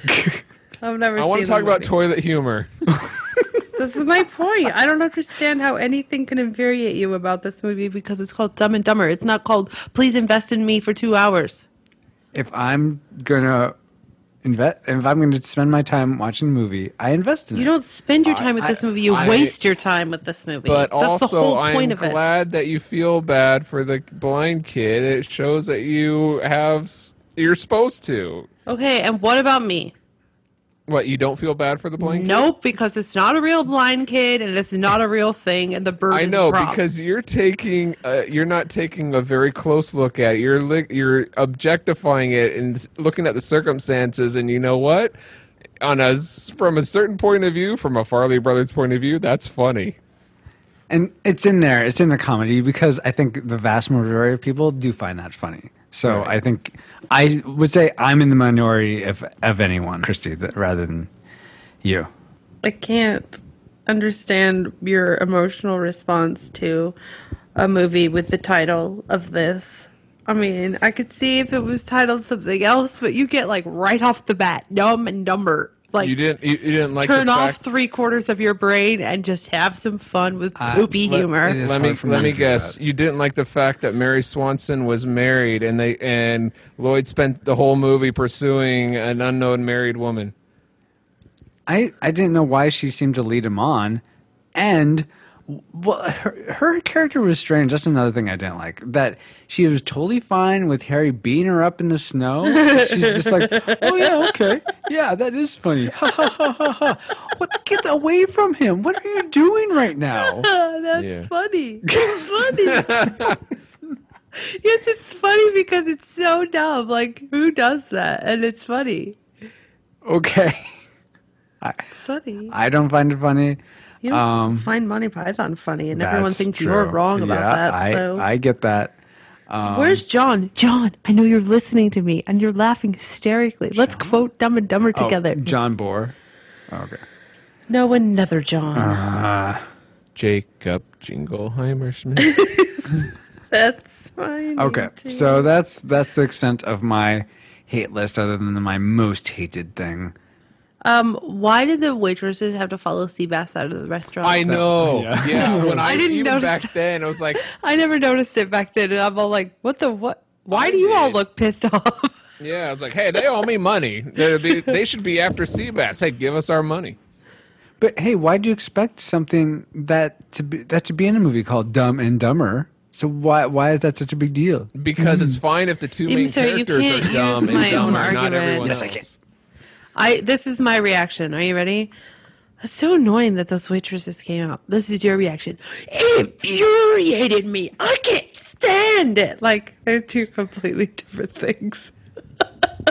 [SPEAKER 4] I've never.
[SPEAKER 3] I want to
[SPEAKER 4] seen the
[SPEAKER 3] talk about
[SPEAKER 4] movie.
[SPEAKER 3] toilet humor.
[SPEAKER 4] This is my point. I don't understand how anything can infuriate you about this movie because it's called Dumb and Dumber. It's not called Please Invest in Me for Two Hours.
[SPEAKER 1] if I'm gonna invest, if I'm gonna spend my time watching a movie, I invest in
[SPEAKER 4] You
[SPEAKER 1] it.
[SPEAKER 4] don't spend your time with this
[SPEAKER 3] I-
[SPEAKER 4] movie. You
[SPEAKER 3] I-
[SPEAKER 4] waste your time with this movie.
[SPEAKER 3] But
[SPEAKER 4] That's the
[SPEAKER 3] also,
[SPEAKER 4] whole
[SPEAKER 3] I am
[SPEAKER 4] point of it.
[SPEAKER 3] glad that you feel bad for the blind kid. It shows that you have s- you're supposed to.
[SPEAKER 4] Okay, and what about me?
[SPEAKER 3] What you don't feel bad for the blind kid?
[SPEAKER 4] Nope, because it's not a real blind kid and it's not a real thing. And the bird.
[SPEAKER 3] I
[SPEAKER 4] is
[SPEAKER 3] know
[SPEAKER 4] robbed.
[SPEAKER 3] because you're taking uh, you're not taking a very close look at it. You're li- you're objectifying it and s- looking at the circumstances and you know what? On a s- from a certain point of view, from a Farley brothers point of view, that's funny.
[SPEAKER 1] and it's in there. It's in a comedy because I think the vast majority of people do find that funny. So
[SPEAKER 3] Right.
[SPEAKER 1] I think I would say I'm in the minority if of anyone, Christy, that, rather than you.
[SPEAKER 4] I can't understand your emotional response to a movie with the title of this. I mean, I could see if it was titled something else, but you get like right off the bat, dumb and dumber. Like
[SPEAKER 3] you didn't. You, you didn't like.
[SPEAKER 4] turn
[SPEAKER 3] the
[SPEAKER 4] off
[SPEAKER 3] fact-
[SPEAKER 4] three quarters of your brain and just have some fun with
[SPEAKER 1] I-
[SPEAKER 4] poopy
[SPEAKER 1] let-
[SPEAKER 4] humor.
[SPEAKER 1] it is
[SPEAKER 3] let me
[SPEAKER 1] hard for
[SPEAKER 3] let me
[SPEAKER 1] to do
[SPEAKER 3] guess.
[SPEAKER 1] that.
[SPEAKER 3] You didn't like the fact that Mary Swanson was married, and they and Lloyd spent the whole movie pursuing an unknown married woman.
[SPEAKER 1] I, I didn't know why she seemed to lead him on. And well, her, her character was strange. That's another thing I didn't like. That she was totally fine with Harry beating her up in the snow. She's just like, oh, yeah, okay. Yeah, that is funny. Ha, ha, ha, ha, ha. What, get away from him. What are you doing right now?
[SPEAKER 4] That's
[SPEAKER 3] Yeah.
[SPEAKER 4] funny. It's funny. yes, it's funny because it's so dumb. Like, who does that? And it's funny.
[SPEAKER 1] Okay.
[SPEAKER 4] It's funny.
[SPEAKER 1] I don't find it funny.
[SPEAKER 4] You don't
[SPEAKER 1] um,
[SPEAKER 4] find Monty Python funny, and
[SPEAKER 1] That's
[SPEAKER 4] everyone thinks you're
[SPEAKER 1] true.
[SPEAKER 4] wrong about
[SPEAKER 1] Yeah,
[SPEAKER 4] that.
[SPEAKER 1] I,
[SPEAKER 4] so.
[SPEAKER 1] I get that. Um,
[SPEAKER 4] Where's John? John, I know you're listening to me and you're laughing hysterically. Let's quote Dumb and Dumber
[SPEAKER 1] oh,
[SPEAKER 4] together.
[SPEAKER 1] John Bohr. Okay.
[SPEAKER 4] No, another John.
[SPEAKER 1] Uh-huh.
[SPEAKER 3] Jacob Jingleheimer Smith.
[SPEAKER 4] That's fine.
[SPEAKER 1] Okay, so that's that's the extent of my hate list, other than my most hated thing.
[SPEAKER 4] Um, why did the waitresses have to follow Seabass out of the restaurant?
[SPEAKER 3] I know.
[SPEAKER 1] Yeah.
[SPEAKER 3] Yeah. when I,
[SPEAKER 4] I didn't
[SPEAKER 3] even
[SPEAKER 4] notice
[SPEAKER 3] back
[SPEAKER 4] that.
[SPEAKER 3] then, I was like,
[SPEAKER 4] I never noticed it back then, and I'm all like, "What the what? Why
[SPEAKER 3] I
[SPEAKER 4] do you all
[SPEAKER 3] did.
[SPEAKER 4] look pissed off?"
[SPEAKER 3] yeah, I was like, hey, they owe me money. They, they, they should be after Seabass. Hey, give us our money.
[SPEAKER 1] But hey, why do you expect something that to be that to be in a movie called Dumb and Dumber? So why why is that such a big deal?
[SPEAKER 3] Because
[SPEAKER 1] Mm-hmm.
[SPEAKER 3] it's fine if the two main
[SPEAKER 4] so, you
[SPEAKER 3] characters
[SPEAKER 4] can't
[SPEAKER 3] are dumb
[SPEAKER 4] use my
[SPEAKER 3] and dumb
[SPEAKER 4] own
[SPEAKER 3] are not
[SPEAKER 4] argument.
[SPEAKER 3] everyone
[SPEAKER 4] Yes,
[SPEAKER 1] I
[SPEAKER 3] else.
[SPEAKER 1] can.
[SPEAKER 4] I this is my reaction. Are you ready? It's so annoying that those waitresses came out. This is your reaction. It infuriated me. I can't stand it. Like they're two completely different things.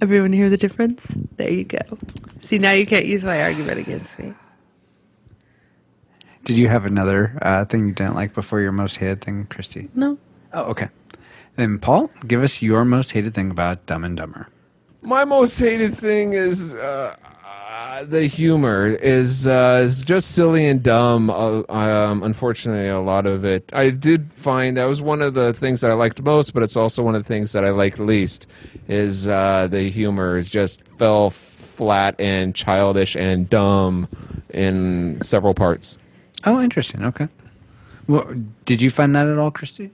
[SPEAKER 4] Everyone hear the difference? There you go. See now you can't use my argument against me.
[SPEAKER 1] Did you have another uh, thing you didn't like before your most hated thing, Christy?
[SPEAKER 4] No.
[SPEAKER 1] Oh, okay. Then Paul, give us your most hated thing about Dumb and Dumber.
[SPEAKER 3] My most hated thing is uh, uh, the humor is uh, is just silly and dumb. Uh, um, unfortunately, a lot of it. I did find that was one of the things that I liked most, but it's also one of the things that I liked least. Is uh, the humor is just fell flat and childish and dumb in several parts.
[SPEAKER 1] Oh, interesting. Okay. Well, did you find that at all, Christy?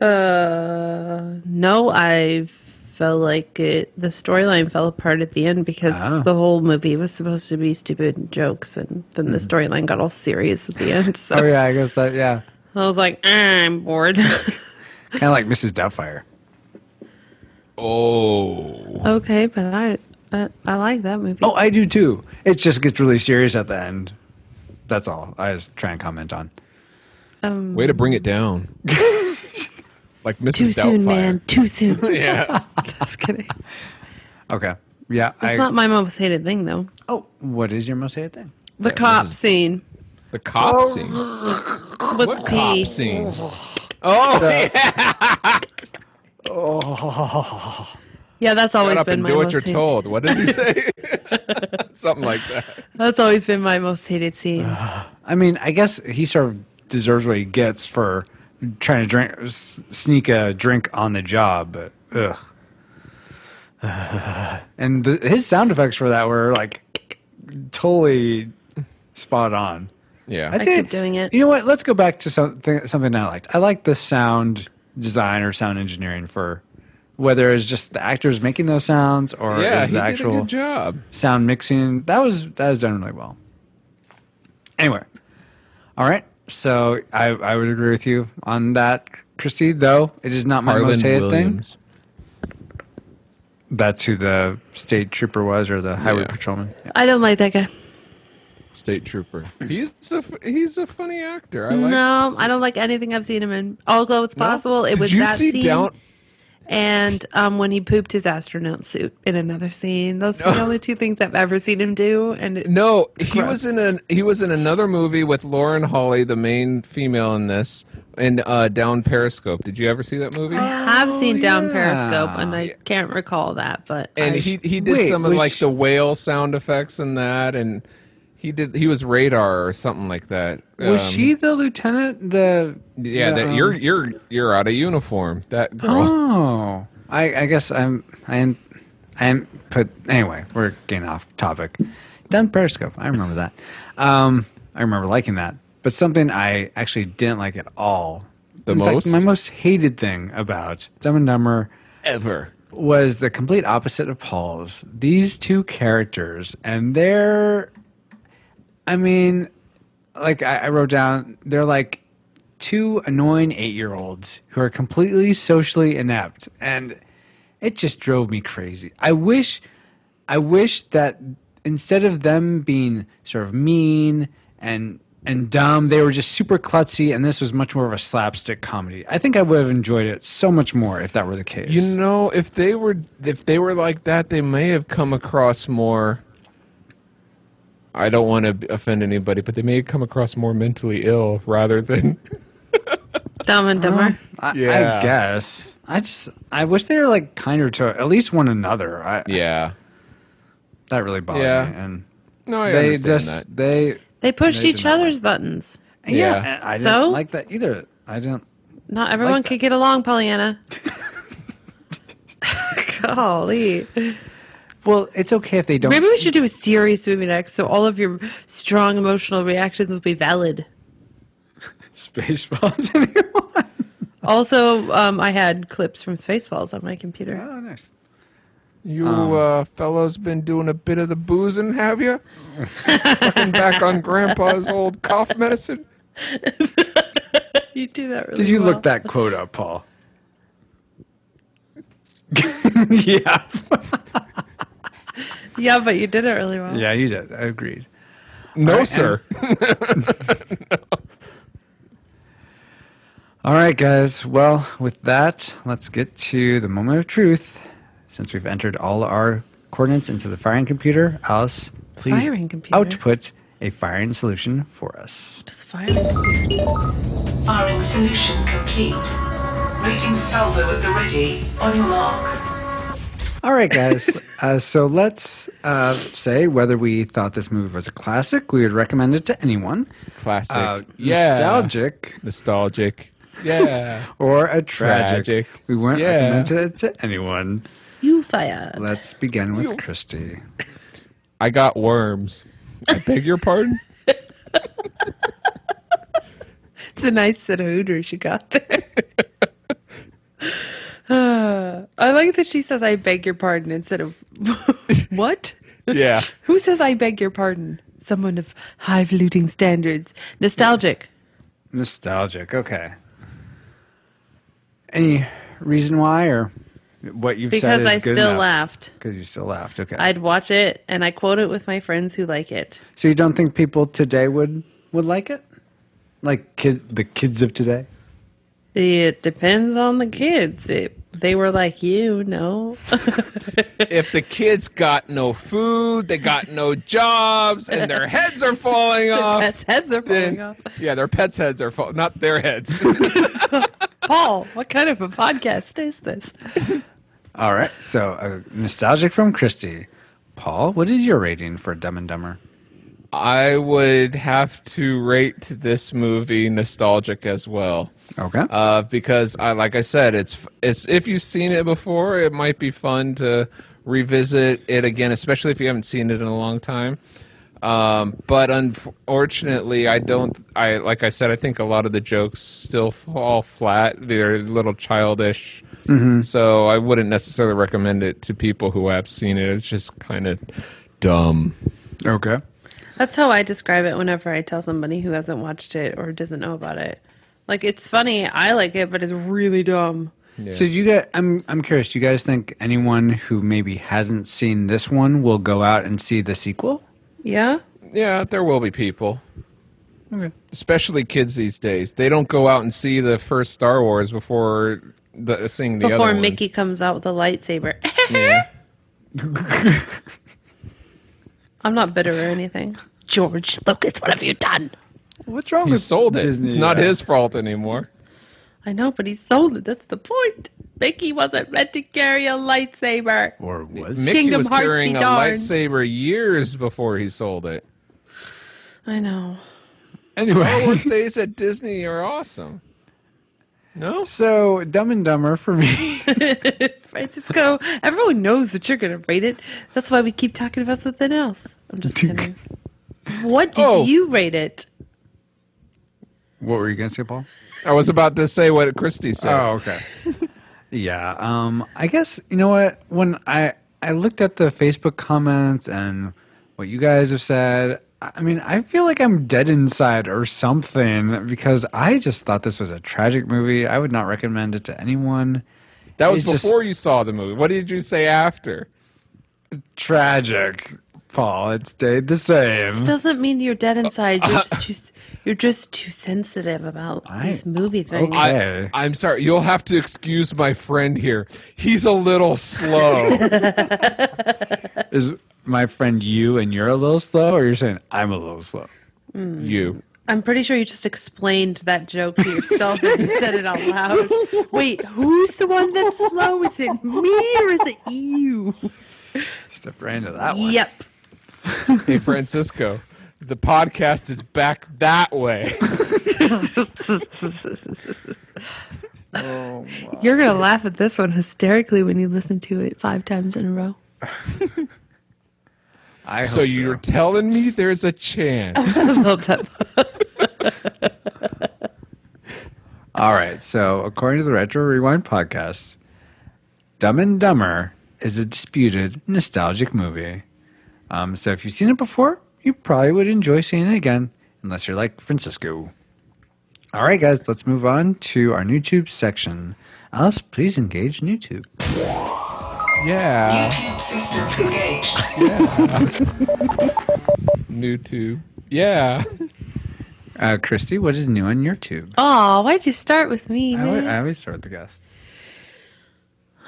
[SPEAKER 4] Uh, no, I felt like it. The storyline fell apart at the end because
[SPEAKER 1] Ah.
[SPEAKER 4] the whole movie was supposed to be stupid jokes, and then the storyline got all serious at the end. So
[SPEAKER 1] Oh yeah, I guess that yeah.
[SPEAKER 4] I was like, "Ah, I'm bored.
[SPEAKER 1] Kind of like Mrs. Doubtfire.
[SPEAKER 3] Oh,
[SPEAKER 4] okay, but I, I I like that movie.
[SPEAKER 1] Oh, I do too. It just gets really serious at the end. That's all I was trying to comment on.
[SPEAKER 4] um,
[SPEAKER 3] way to bring it down, like Mrs.
[SPEAKER 4] too
[SPEAKER 3] Doubtfire.
[SPEAKER 4] soon, man. Too soon.
[SPEAKER 3] Yeah.
[SPEAKER 4] Just kidding.
[SPEAKER 1] Okay. Yeah.
[SPEAKER 4] It's
[SPEAKER 1] I,
[SPEAKER 4] not my most hated thing though.
[SPEAKER 1] oh, what is your most hated thing?
[SPEAKER 4] The cop
[SPEAKER 3] is-
[SPEAKER 4] scene
[SPEAKER 3] The
[SPEAKER 4] Oh,
[SPEAKER 3] cop scene.
[SPEAKER 4] with
[SPEAKER 3] What
[SPEAKER 4] the
[SPEAKER 3] cop scene? Oh,
[SPEAKER 4] yeah, that's always
[SPEAKER 3] Shut up
[SPEAKER 4] been
[SPEAKER 3] and
[SPEAKER 4] my
[SPEAKER 3] do what
[SPEAKER 4] most
[SPEAKER 3] you're
[SPEAKER 4] hated-
[SPEAKER 3] told. What does he say? Something like that.
[SPEAKER 4] That's always been my most hated scene.
[SPEAKER 1] I mean, I guess he sort of deserves what he gets for trying to drink, s- sneak a drink on the job. But ugh. And the, his sound effects for that were like totally spot on.
[SPEAKER 3] Yeah.
[SPEAKER 1] I'd
[SPEAKER 4] I
[SPEAKER 1] say-
[SPEAKER 4] keep doing it.
[SPEAKER 1] You know what? Let's go back to something something I liked. I like the sound design or sound engineering for whether it's just the actors making those sounds or
[SPEAKER 3] yeah,
[SPEAKER 1] is
[SPEAKER 3] he
[SPEAKER 1] the
[SPEAKER 3] did a
[SPEAKER 1] actual
[SPEAKER 3] good job.
[SPEAKER 1] sound mixing. That was that was done really well. Anyway, all right. So I I would agree with you on that, Christy. Though it is not my most hated thing. That's who the state trooper was or the highway
[SPEAKER 3] Yeah.
[SPEAKER 1] patrolman. Yeah.
[SPEAKER 4] I don't like that guy.
[SPEAKER 3] State Trooper. He's a f- he's a funny actor. I like.
[SPEAKER 4] No, I don't like anything I've seen him in. Although it's
[SPEAKER 3] No?
[SPEAKER 4] possible it
[SPEAKER 3] Did
[SPEAKER 4] was
[SPEAKER 3] you
[SPEAKER 4] that
[SPEAKER 3] see
[SPEAKER 4] scene
[SPEAKER 3] Down-
[SPEAKER 4] and um, when he pooped his astronaut suit in another scene. Those are the only two things I've ever seen him do. And it,
[SPEAKER 3] No, he was in an he was in another movie with Lauren Holly, the main female in this, and uh, Down Periscope. Did you ever see that movie?
[SPEAKER 4] I have seen Down
[SPEAKER 1] yeah.
[SPEAKER 4] Periscope, and I can't recall that. But
[SPEAKER 3] and
[SPEAKER 4] I-
[SPEAKER 3] he he did
[SPEAKER 1] Wait,
[SPEAKER 3] some of
[SPEAKER 1] was
[SPEAKER 3] like
[SPEAKER 1] she-
[SPEAKER 3] the whale sound effects and that and He did. He was radar or something like that.
[SPEAKER 1] Was
[SPEAKER 3] Um,
[SPEAKER 1] she the lieutenant? The
[SPEAKER 3] Yeah,
[SPEAKER 1] the,
[SPEAKER 3] that,
[SPEAKER 1] um,
[SPEAKER 3] you're you're you're out of uniform. That girl.
[SPEAKER 1] Oh, I, I guess I'm I'm I'm put anyway. We're getting off topic. Done Periscope. I remember that. Um, I remember liking that. But something I actually didn't like at all.
[SPEAKER 3] The
[SPEAKER 1] In fact,
[SPEAKER 3] most?
[SPEAKER 1] my most hated thing about Dumb and Dumber
[SPEAKER 3] Ever.
[SPEAKER 1] was the complete opposite of Paul's. These two characters and they're, I mean, like I, I wrote down, they're like two annoying eight year olds who are completely socially inept. And it just drove me crazy. I wish, I wish that instead of them being sort of mean and and dumb, they were just super klutzy, and this was much more of a slapstick comedy. I think I would have enjoyed it so much more if that were the case.
[SPEAKER 3] You know, if they were if they were like that, they may have come across more. I don't want to offend anybody, but they may have come across more mentally ill rather than.
[SPEAKER 4] Dumb and Dumber.
[SPEAKER 1] I,
[SPEAKER 3] Yeah.
[SPEAKER 1] I guess. I just I wish they were like kinder to at least one another. I,
[SPEAKER 3] Yeah.
[SPEAKER 1] that really bothered
[SPEAKER 3] Yeah.
[SPEAKER 1] me. And
[SPEAKER 3] No, I
[SPEAKER 1] they
[SPEAKER 3] understand
[SPEAKER 1] just
[SPEAKER 3] that.
[SPEAKER 1] they
[SPEAKER 4] They pushed
[SPEAKER 1] They
[SPEAKER 4] each
[SPEAKER 1] did not
[SPEAKER 4] other's buttons.
[SPEAKER 1] yeah.
[SPEAKER 3] Yeah.
[SPEAKER 1] I I didn't
[SPEAKER 4] So?
[SPEAKER 1] like that either. I didn't.
[SPEAKER 4] Not everyone
[SPEAKER 1] Like
[SPEAKER 4] could get along, Pollyanna. Golly.
[SPEAKER 1] Well, it's okay if they don't.
[SPEAKER 4] Maybe we should do a serious movie next so all of your strong emotional reactions will be valid.
[SPEAKER 1] Spaceballs anyone.
[SPEAKER 4] Also, um, I had clips from Spaceballs on my computer.
[SPEAKER 1] Oh, nice.
[SPEAKER 3] You
[SPEAKER 1] um,
[SPEAKER 3] uh, fellows been doing a bit of the boozing, have you? Sucking back on Grandpa's old cough medicine.
[SPEAKER 4] you do that really
[SPEAKER 1] Did you
[SPEAKER 4] well.
[SPEAKER 1] look that quote up, Paul? yeah.
[SPEAKER 4] Yeah, but you did it really well.
[SPEAKER 1] Yeah, you did. I agreed.
[SPEAKER 3] No,
[SPEAKER 1] and-
[SPEAKER 3] sir.
[SPEAKER 1] All right, guys. Well, with that, let's get to the moment of truth. Since we've entered all our coordinates into the firing computer, Alice, please
[SPEAKER 4] Firing computer?
[SPEAKER 1] output a firing solution for us.
[SPEAKER 4] Just fire.
[SPEAKER 2] Firing solution complete. Rating salvo at the ready. On your mark.
[SPEAKER 1] All right, guys. uh, so let's uh, say whether we thought this movie was a classic, we would recommend it to anyone,
[SPEAKER 3] Classic.
[SPEAKER 1] uh,
[SPEAKER 3] yeah.
[SPEAKER 1] nostalgic,
[SPEAKER 3] Nostalgic. Yeah.
[SPEAKER 1] or a tragic.
[SPEAKER 3] Tragic.
[SPEAKER 1] We wouldn't
[SPEAKER 3] Yeah.
[SPEAKER 1] recommend it to anyone.
[SPEAKER 4] You fire.
[SPEAKER 1] Let's begin with Christy.
[SPEAKER 3] I got worms. I beg your pardon?
[SPEAKER 4] It's a nice set of hooters you got there. Uh, I like that she says, I beg your pardon instead of what?
[SPEAKER 3] Yeah.
[SPEAKER 4] Who says I beg your pardon? Someone of highfalutin standards. Nostalgic.
[SPEAKER 1] Nostalgic. Okay. Any reason why or what you've said
[SPEAKER 4] Because
[SPEAKER 1] is
[SPEAKER 4] I
[SPEAKER 1] good
[SPEAKER 4] still laughed.
[SPEAKER 1] Because you still laughed. Okay.
[SPEAKER 4] I'd watch it and I quote it with my friends who like it.
[SPEAKER 1] so you don't think people today would would like it? Like kid, the kids of today?
[SPEAKER 4] It depends on the kids. It, they were like, you know.
[SPEAKER 3] If the kids got no food, they got no jobs, and their heads are falling off.
[SPEAKER 4] That's heads are falling
[SPEAKER 3] Then,
[SPEAKER 4] off.
[SPEAKER 3] yeah, their pets' heads are falling, not their heads.
[SPEAKER 4] Paul, what kind of a podcast is this?
[SPEAKER 1] All right. So uh, nostalgic from Christy. Paul, what is your rating for Dumb and Dumber?
[SPEAKER 3] I would have to rate this movie nostalgic as well.
[SPEAKER 1] Okay.
[SPEAKER 3] uh, because I, like I said, it's it's if you've seen it before, it might be fun to revisit it again, especially if you haven't seen it in a long time. Um, but unfortunately, I don't. I like I said, I think a lot of the jokes still fall flat. They're a little childish, so I wouldn't necessarily recommend it to people who have seen it. It's just kind of dumb.
[SPEAKER 1] okay.
[SPEAKER 4] That's how I describe it whenever I tell somebody who hasn't watched it or doesn't know about it. Like, it's funny. I like it, but it's really dumb.
[SPEAKER 1] So do you guys, I'm I'm curious. Do you guys think anyone who maybe hasn't seen this one will go out and see the sequel?
[SPEAKER 4] Yeah?
[SPEAKER 3] Yeah, there will be people.
[SPEAKER 1] Okay.
[SPEAKER 3] especially kids these days. They don't go out and see the first Star Wars before the, uh, seeing the
[SPEAKER 4] Before
[SPEAKER 3] other
[SPEAKER 4] Mickey comes out with a lightsaber.
[SPEAKER 3] Ones. Yeah.
[SPEAKER 4] I'm not bitter or anything. George Lucas, what have you done?
[SPEAKER 1] What's wrong
[SPEAKER 3] He
[SPEAKER 1] with
[SPEAKER 3] sold it.
[SPEAKER 1] Disney,
[SPEAKER 3] it's not
[SPEAKER 1] yeah.
[SPEAKER 3] his fault anymore.
[SPEAKER 4] I know, but he sold it. That's the point. Mickey wasn't meant to carry a lightsaber.
[SPEAKER 1] Or was
[SPEAKER 3] Mickey
[SPEAKER 4] Kingdom
[SPEAKER 3] was
[SPEAKER 4] Hearts
[SPEAKER 3] carrying
[SPEAKER 4] be
[SPEAKER 3] a
[SPEAKER 4] darned.
[SPEAKER 3] lightsaber years before he sold it.
[SPEAKER 4] I know.
[SPEAKER 3] Star
[SPEAKER 1] Anyway,
[SPEAKER 3] Wars days at Disney are awesome. No?
[SPEAKER 1] so Dumb and Dumber for me.
[SPEAKER 4] Francisco, everyone knows that you're going to rate it. That's why we keep talking about something else. I'm just kidding. What did
[SPEAKER 3] Oh.
[SPEAKER 4] you rate it?
[SPEAKER 1] what were you gonna say, Paul?
[SPEAKER 3] I was about to say what Christy said.
[SPEAKER 1] Oh, okay. yeah. Um, I guess you know what? When I I looked at the Facebook comments and what you guys have said, I I mean, I feel like I'm dead inside or something because I just thought this was a tragic movie. I would not recommend it to anyone.
[SPEAKER 3] that was
[SPEAKER 1] it's just-
[SPEAKER 3] before you saw the movie. What did you say after?
[SPEAKER 1] Tragic, Paul. It stayed the same.
[SPEAKER 4] This doesn't mean you're
[SPEAKER 1] Uh,
[SPEAKER 4] dead inside. You're, just, too, you're just too sensitive about
[SPEAKER 1] I-
[SPEAKER 4] these movie things.
[SPEAKER 1] okay.
[SPEAKER 3] I,
[SPEAKER 1] Hey.
[SPEAKER 3] I'm sorry. You'll have to excuse my friend here. He's a little slow.
[SPEAKER 1] Is my friend you and you're a little slow, or you're saying I'm a little slow?
[SPEAKER 3] you.
[SPEAKER 4] I'm pretty sure you just explained that joke to yourself and you said it out loud. Wait, who's the one that's slow? Is it me or is it you?
[SPEAKER 1] Step right into that one.
[SPEAKER 4] Yep.
[SPEAKER 3] Hey, Francisco. The podcast is back that way. Oh,
[SPEAKER 4] You're going to laugh at this one hysterically when you listen to it five times in a row.
[SPEAKER 1] I
[SPEAKER 3] So
[SPEAKER 1] hope
[SPEAKER 3] you're telling me there's a chance.
[SPEAKER 4] I love that.
[SPEAKER 1] All right. So, according to the Retro Rewind podcast, Dumb and Dumber is a disputed nostalgic movie. Um, so, if you've seen it before, you probably would enjoy seeing it again, unless you're like Francisco. All right, guys, let's move on to our NewTube section. Alice, please engage NewTube.
[SPEAKER 3] Oh. Yeah.
[SPEAKER 2] YouTube systems engaged.
[SPEAKER 3] New tube. Yeah.
[SPEAKER 1] Uh, Christy, what is new on your tube?
[SPEAKER 4] Oh, why'd you start with me,
[SPEAKER 1] I alwa-
[SPEAKER 4] man?
[SPEAKER 1] I always start with the guest.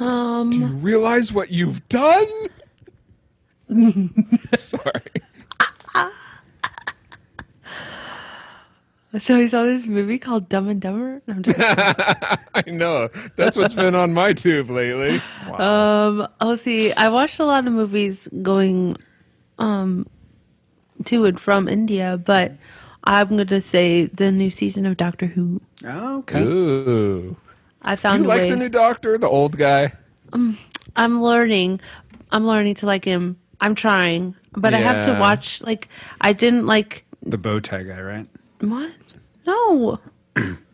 [SPEAKER 4] um,
[SPEAKER 3] You realize what you've done? Sorry.
[SPEAKER 4] so he saw this movie called Dumb and Dumber. No, I'm just
[SPEAKER 3] I know. That's what's been on my tube lately.
[SPEAKER 4] Um, oh, see, I watched a lot of movies going, um, to and from India, but I'm gonna say the new season of Doctor Who.
[SPEAKER 1] Okay.
[SPEAKER 3] Ooh.
[SPEAKER 4] I
[SPEAKER 3] Do
[SPEAKER 4] found
[SPEAKER 3] you
[SPEAKER 4] a way.
[SPEAKER 3] like the new doctor, the old guy?
[SPEAKER 4] I'm learning. I'm learning to like him. I'm trying, but I have to
[SPEAKER 3] Yeah.
[SPEAKER 4] watch. Like, I didn't like
[SPEAKER 1] The bow tie guy, right?
[SPEAKER 4] what? No,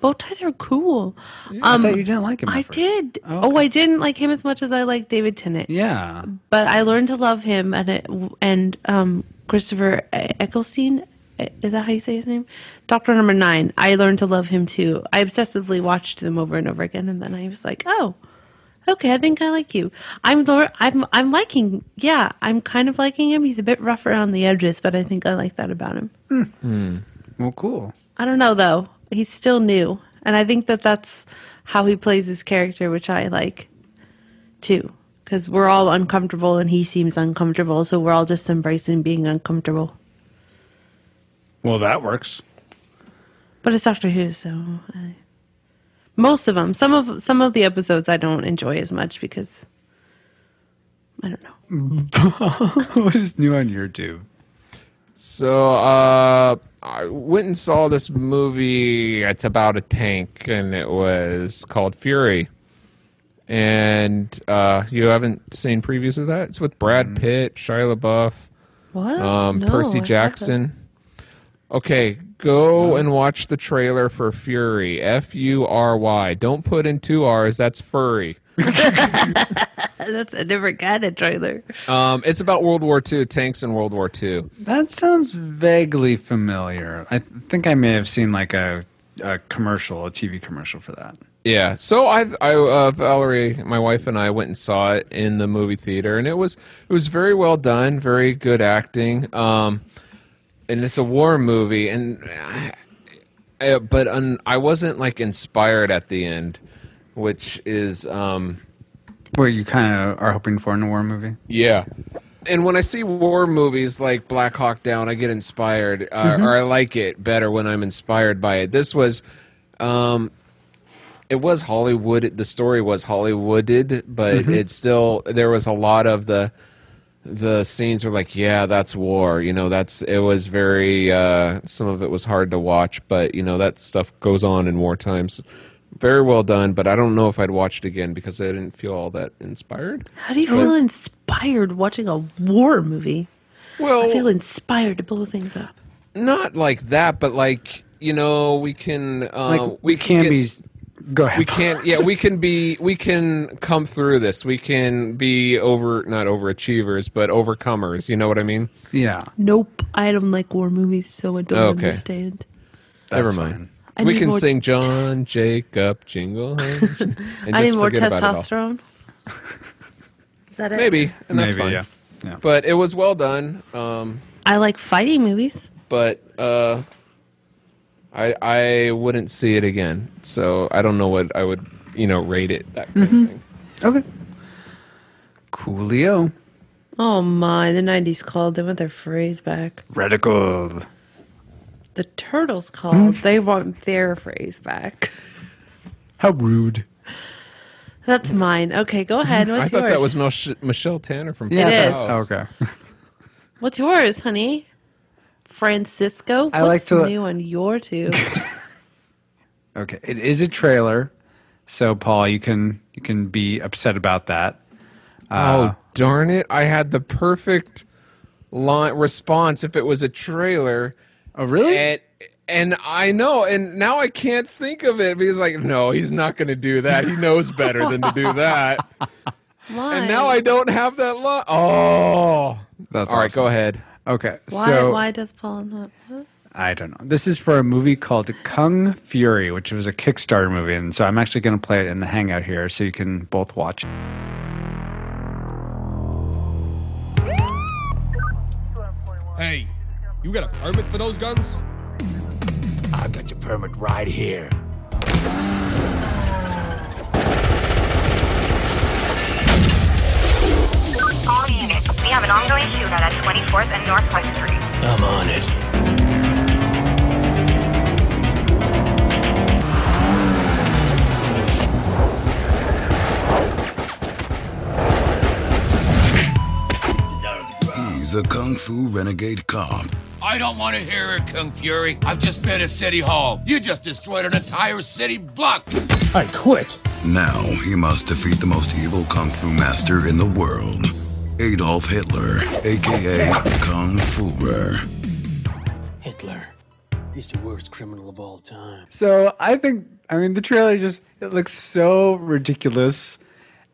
[SPEAKER 4] bow ties are cool.
[SPEAKER 1] I
[SPEAKER 4] um,
[SPEAKER 1] thought you didn't like him. at
[SPEAKER 4] I
[SPEAKER 1] first.
[SPEAKER 4] did.
[SPEAKER 1] Oh,
[SPEAKER 4] Oh,
[SPEAKER 1] okay.
[SPEAKER 4] I didn't like him as much as I like David Tennant.
[SPEAKER 1] Yeah.
[SPEAKER 4] but I learned to love him and it, and um, Christopher E- Eccleston. E-, Is that how you say his name? Doctor Number Nine. I learned to love him too. I obsessively watched them over and over again, and then I was like, oh, okay, I think I like you. I'm lear- I'm I'm liking. Yeah, I'm kind of liking him. He's a bit rough around the edges, but I think I like that about him.
[SPEAKER 1] Well, cool.
[SPEAKER 4] I don't know though. He's still new, and I think that that's how he plays his character, which I like too. Because we're all uncomfortable, and he seems uncomfortable, so we're all just embracing being uncomfortable.
[SPEAKER 1] Well, that works.
[SPEAKER 4] But it's Doctor Who, so I... most of them. Some of some of the episodes I don't enjoy as much because I don't know.
[SPEAKER 1] what is new on your tube?
[SPEAKER 3] So uh, I went and saw this movie. It's about a tank, and it was called Fury. And uh, you haven't seen previews of that? It's with Brad Pitt, Shia LaBeouf,
[SPEAKER 4] What?
[SPEAKER 3] um,
[SPEAKER 4] No, I
[SPEAKER 3] Percy
[SPEAKER 4] haven't.
[SPEAKER 3] Jackson. Okay, go and watch the trailer for Fury. F U R Y. Don't put in two R's. That's furry.
[SPEAKER 4] That's a different kind of trailer.
[SPEAKER 3] Um, it's about World War II tanks in World War II.
[SPEAKER 1] That sounds vaguely familiar. I th- think I may have seen like a, a commercial, a TV commercial for that.
[SPEAKER 3] Yeah. So I, I, uh, Valerie, my wife and I went and saw it in the movie theater, and it was it was very well done, very good acting. Um, and it's a war movie, and uh, but un, I wasn't like inspired at the end, which is um,
[SPEAKER 1] What you kind of are hoping for in a war movie?
[SPEAKER 3] yeah. And when I see war movies like Black Hawk Down, I get inspired, uh, or I like it better when I'm inspired by it. This was, um, it was Mm-hmm. Hollywood. The story was Hollywooded, but it still there was a lot of the the scenes were like, yeah, that's war. You know, that's it was very. Uh, some of it was hard to watch, but you know that stuff goes on in war times. Very well done, but I don't know if I'd watch it again because I didn't feel all that inspired.
[SPEAKER 4] How do you feel inspired watching a war movie?
[SPEAKER 3] Well,
[SPEAKER 4] I feel inspired to blow things up.
[SPEAKER 3] not like that, but like you know, we can uh,
[SPEAKER 1] Like
[SPEAKER 3] we
[SPEAKER 1] can
[SPEAKER 3] get-
[SPEAKER 1] be. Go ahead.
[SPEAKER 3] we can't yeah we can be we can come through this we can be over not overachievers but overcomers you know what i mean
[SPEAKER 1] Yeah.
[SPEAKER 4] Nope, I don't like war movies, so I don't
[SPEAKER 3] Oh, Okay.
[SPEAKER 4] understand.
[SPEAKER 3] never
[SPEAKER 1] That's
[SPEAKER 3] mind
[SPEAKER 4] I
[SPEAKER 3] we
[SPEAKER 4] need
[SPEAKER 3] can
[SPEAKER 4] more-
[SPEAKER 3] sing john jacob jingle Hums, and
[SPEAKER 4] I need
[SPEAKER 3] just
[SPEAKER 4] more
[SPEAKER 3] forget about it all.
[SPEAKER 4] testosterone. Is that it?
[SPEAKER 3] maybe and that's fine
[SPEAKER 1] Yeah. Yeah.
[SPEAKER 3] but it was well done um
[SPEAKER 4] I like fighting movies.
[SPEAKER 3] but uh i i wouldn't see it again so i don't know what i would you know rate it that kind
[SPEAKER 4] Mm-hmm.
[SPEAKER 3] of thing
[SPEAKER 1] okay. Coolio.
[SPEAKER 4] Oh my, the 90s called. They want their phrase back.
[SPEAKER 1] Radical.
[SPEAKER 4] The Turtles called. they want their phrase back.
[SPEAKER 1] How rude.
[SPEAKER 4] That's mine. Okay, go ahead. What's
[SPEAKER 3] i thought
[SPEAKER 4] yours?
[SPEAKER 3] that was Mich- michelle tanner from
[SPEAKER 4] It
[SPEAKER 3] Full
[SPEAKER 4] is.
[SPEAKER 3] House.
[SPEAKER 1] Oh, okay.
[SPEAKER 4] What's yours, honey? Francisco?
[SPEAKER 1] I
[SPEAKER 4] What's
[SPEAKER 1] like to-
[SPEAKER 4] new on your tube?
[SPEAKER 1] Okay, it is a trailer, so Paul, you can you can be upset about that.
[SPEAKER 3] Oh darn it! I had the perfect line response if it was a trailer,
[SPEAKER 1] Oh, really?
[SPEAKER 3] and and I know, and now I can't think of it because like, no, he's not going to do that. He knows better than to do that.
[SPEAKER 4] Why?
[SPEAKER 3] And now I don't have that line. Oh,
[SPEAKER 1] That's
[SPEAKER 3] all right.
[SPEAKER 1] awesome.
[SPEAKER 3] Go ahead.
[SPEAKER 1] okay,
[SPEAKER 4] Why,
[SPEAKER 1] so
[SPEAKER 4] why does Paul not? huh?
[SPEAKER 1] I don't know. This is for a movie called Kung Fury, which was a Kickstarter movie, and so I'm actually going to play it in the hangout here, so you can both watch. it.
[SPEAKER 7] Hey, you got a permit for those guns?
[SPEAKER 8] I've got your permit right here.
[SPEAKER 9] All units, we have an ongoing shootout at 24th and Northwest Street.
[SPEAKER 8] I'm on it.
[SPEAKER 10] He's a kung fu renegade cop.
[SPEAKER 8] I don't want to hear it, Kung Fury. I've just been at City Hall. You just destroyed an entire city block.
[SPEAKER 7] I quit.
[SPEAKER 10] Now he must defeat the most evil kung fu master in the world, Adolf Hitler, aka Kung Fuhrer.
[SPEAKER 8] Hitler. He's the worst criminal of all time.
[SPEAKER 1] So I think I mean the trailer just it looks so ridiculous,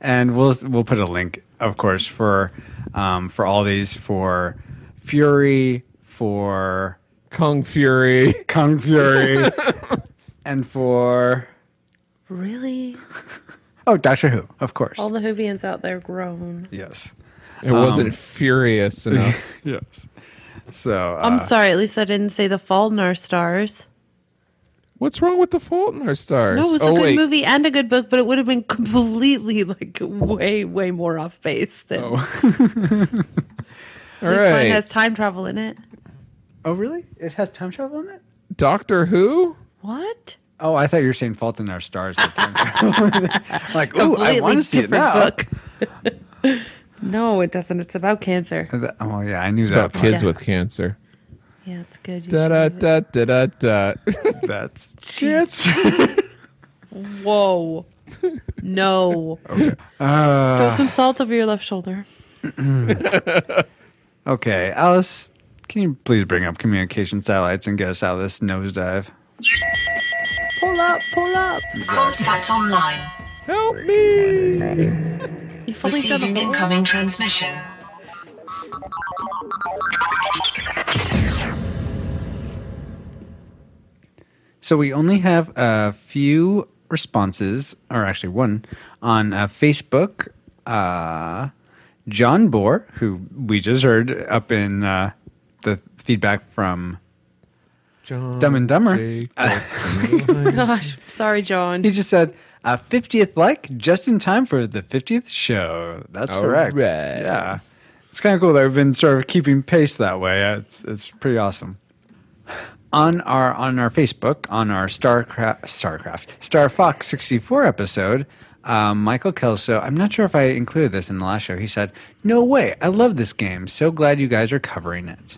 [SPEAKER 1] and we'll we'll put a link, of course, for um, for all these for Fury for
[SPEAKER 3] Kung Fury.
[SPEAKER 1] Kung Fury and for
[SPEAKER 4] Really?
[SPEAKER 1] Oh, Doctor Who, of course.
[SPEAKER 4] All the Hoovians out there groan.
[SPEAKER 1] yes.
[SPEAKER 3] It
[SPEAKER 1] Um,
[SPEAKER 3] wasn't furious enough.
[SPEAKER 1] Yes. So,
[SPEAKER 4] I'm
[SPEAKER 1] uh,
[SPEAKER 4] sorry, at least I didn't say the fault in our stars.
[SPEAKER 3] What's wrong with the Fault in Our Stars?
[SPEAKER 4] No, it was
[SPEAKER 3] oh
[SPEAKER 4] a good
[SPEAKER 3] wait,
[SPEAKER 4] movie and a good book, but it would have been completely like way, way more off base than
[SPEAKER 3] Oh. all
[SPEAKER 4] this one
[SPEAKER 3] right.
[SPEAKER 4] has time travel in it.
[SPEAKER 1] oh, really? It has time travel in it?
[SPEAKER 3] Doctor Who.
[SPEAKER 4] What?
[SPEAKER 1] Oh, I thought you were saying Fault in Our Stars. had time travel in it. like, ooh, I
[SPEAKER 4] Completely
[SPEAKER 1] want to see it
[SPEAKER 4] different
[SPEAKER 1] now.
[SPEAKER 4] book. no, it doesn't. It's about cancer.
[SPEAKER 1] And that- Oh, yeah, I knew
[SPEAKER 3] It's
[SPEAKER 1] that.
[SPEAKER 3] about kids
[SPEAKER 4] Yeah.
[SPEAKER 3] with cancer.
[SPEAKER 4] Yeah, it's good. You
[SPEAKER 3] Da
[SPEAKER 4] should
[SPEAKER 3] da
[SPEAKER 4] have it.
[SPEAKER 3] da da da da.
[SPEAKER 1] part. That's shit.
[SPEAKER 4] Whoa. No.
[SPEAKER 3] Ah.
[SPEAKER 4] Throw some salt over your left shoulder.
[SPEAKER 1] okay, Alice, can you please bring up communication satellites and get us out of this nosedive?
[SPEAKER 4] Pull up, pull up.
[SPEAKER 2] Comsat online.
[SPEAKER 3] Help me!
[SPEAKER 4] You've only done
[SPEAKER 2] Receiving
[SPEAKER 4] a whole-
[SPEAKER 2] incoming transmission.
[SPEAKER 1] So we only have a few responses, or actually one, on uh, Facebook. Uh, John Bohr, who we just heard up in uh, the feedback from
[SPEAKER 3] John
[SPEAKER 1] Dumb and Dumber.
[SPEAKER 4] Gosh, sorry, John.
[SPEAKER 1] He just said, uh, 50th like just in time for the 50th show. That's
[SPEAKER 3] All
[SPEAKER 1] correct.
[SPEAKER 3] right.
[SPEAKER 1] Yeah. It's kind of cool that we've been sort of keeping pace that way. Uh, It's, it's pretty awesome. On our on our Facebook, on our StarCraft StarCraft Star Fox 64 episode, Um, Michael Kelso, I'm not sure if I included this in the last show. He said, No way, I love this game. So glad you guys are covering it.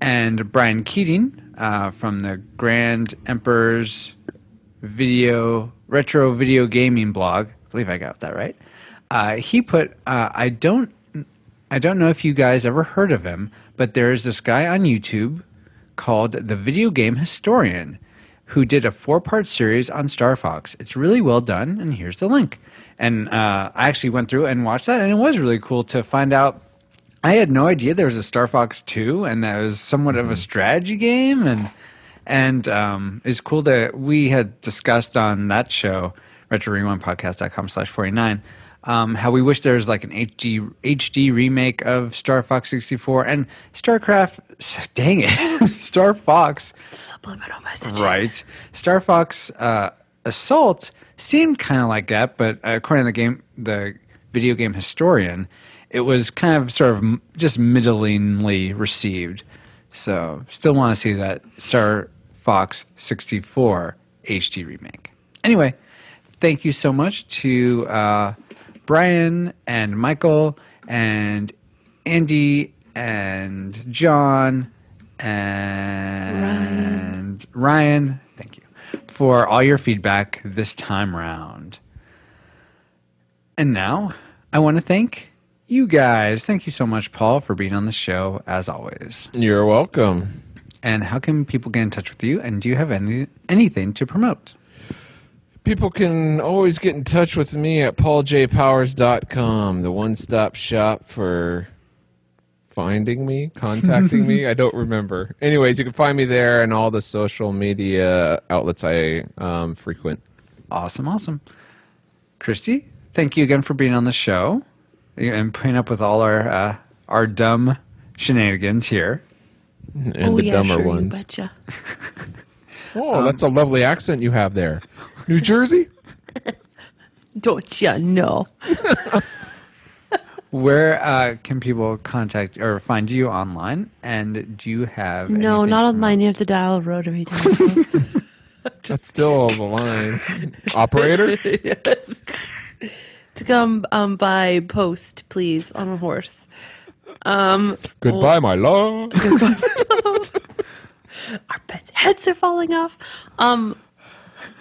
[SPEAKER 1] And Brian Keating uh, from the Grand Emperor's video retro video gaming blog. I believe I got that right. Uh, he put, uh, I don't, I don't know if you guys ever heard of him, but there is this guy on YouTube called the Video Game Historian, who did a four-part series on Star Fox. It's really well done, and here's the link. And uh, I actually went through and watched that, and it was really cool to find out. I had no idea there was a Star Fox two, and that was somewhat of a strategy game, and and um, it's cool that we had discussed on that show, retro rewind podcast.com slash 49, um, how we wish there was like an HD, HD remake of Star Fox 64 and StarCraft. Dang it. Star Fox.
[SPEAKER 4] Subliminal
[SPEAKER 1] Right. Star Fox uh, Assault seemed kind of like that, but uh, according to the game, the video game historian, it was kind of sort of m- just middlingly received. So, still want to see that Star Fox 64 HD remake. Anyway, thank you so much to uh, Brian and Michael and Andy and John and Ryan. Thank you for all your feedback this time round. And now I want to thank you guys. Thank you so much, Paul, for being on the show as always.
[SPEAKER 3] You're welcome.
[SPEAKER 1] And how can people get in touch with you? And do you have any anything to promote?
[SPEAKER 3] People can always get in touch with me at pauljpowers.com, the one stop shop for finding me, contacting me. I don't remember. Anyways, you can find me there and all the social media outlets I um, frequent.
[SPEAKER 1] Awesome, awesome. Christy, thank you again for being on the show and putting up with all our uh, our dumb shenanigans here.
[SPEAKER 3] And
[SPEAKER 4] oh,
[SPEAKER 3] the
[SPEAKER 4] yeah,
[SPEAKER 3] dumber
[SPEAKER 4] sure, you Um,
[SPEAKER 3] ones.
[SPEAKER 4] betcha.
[SPEAKER 3] Oh, that's a lovely accent you have there. New Jersey?
[SPEAKER 4] Don't you know?
[SPEAKER 1] Where uh, can people contact or find you online? And do you have
[SPEAKER 4] No,
[SPEAKER 1] anything
[SPEAKER 4] not
[SPEAKER 1] from-
[SPEAKER 4] online. You have to dial a rotary dial.
[SPEAKER 3] That's still on the line. Operator?
[SPEAKER 4] yes. To come um, by post, please, on a horse.
[SPEAKER 1] Oh.
[SPEAKER 4] Um,
[SPEAKER 3] Goodbye, my love.
[SPEAKER 4] our pets' heads are falling off. Um,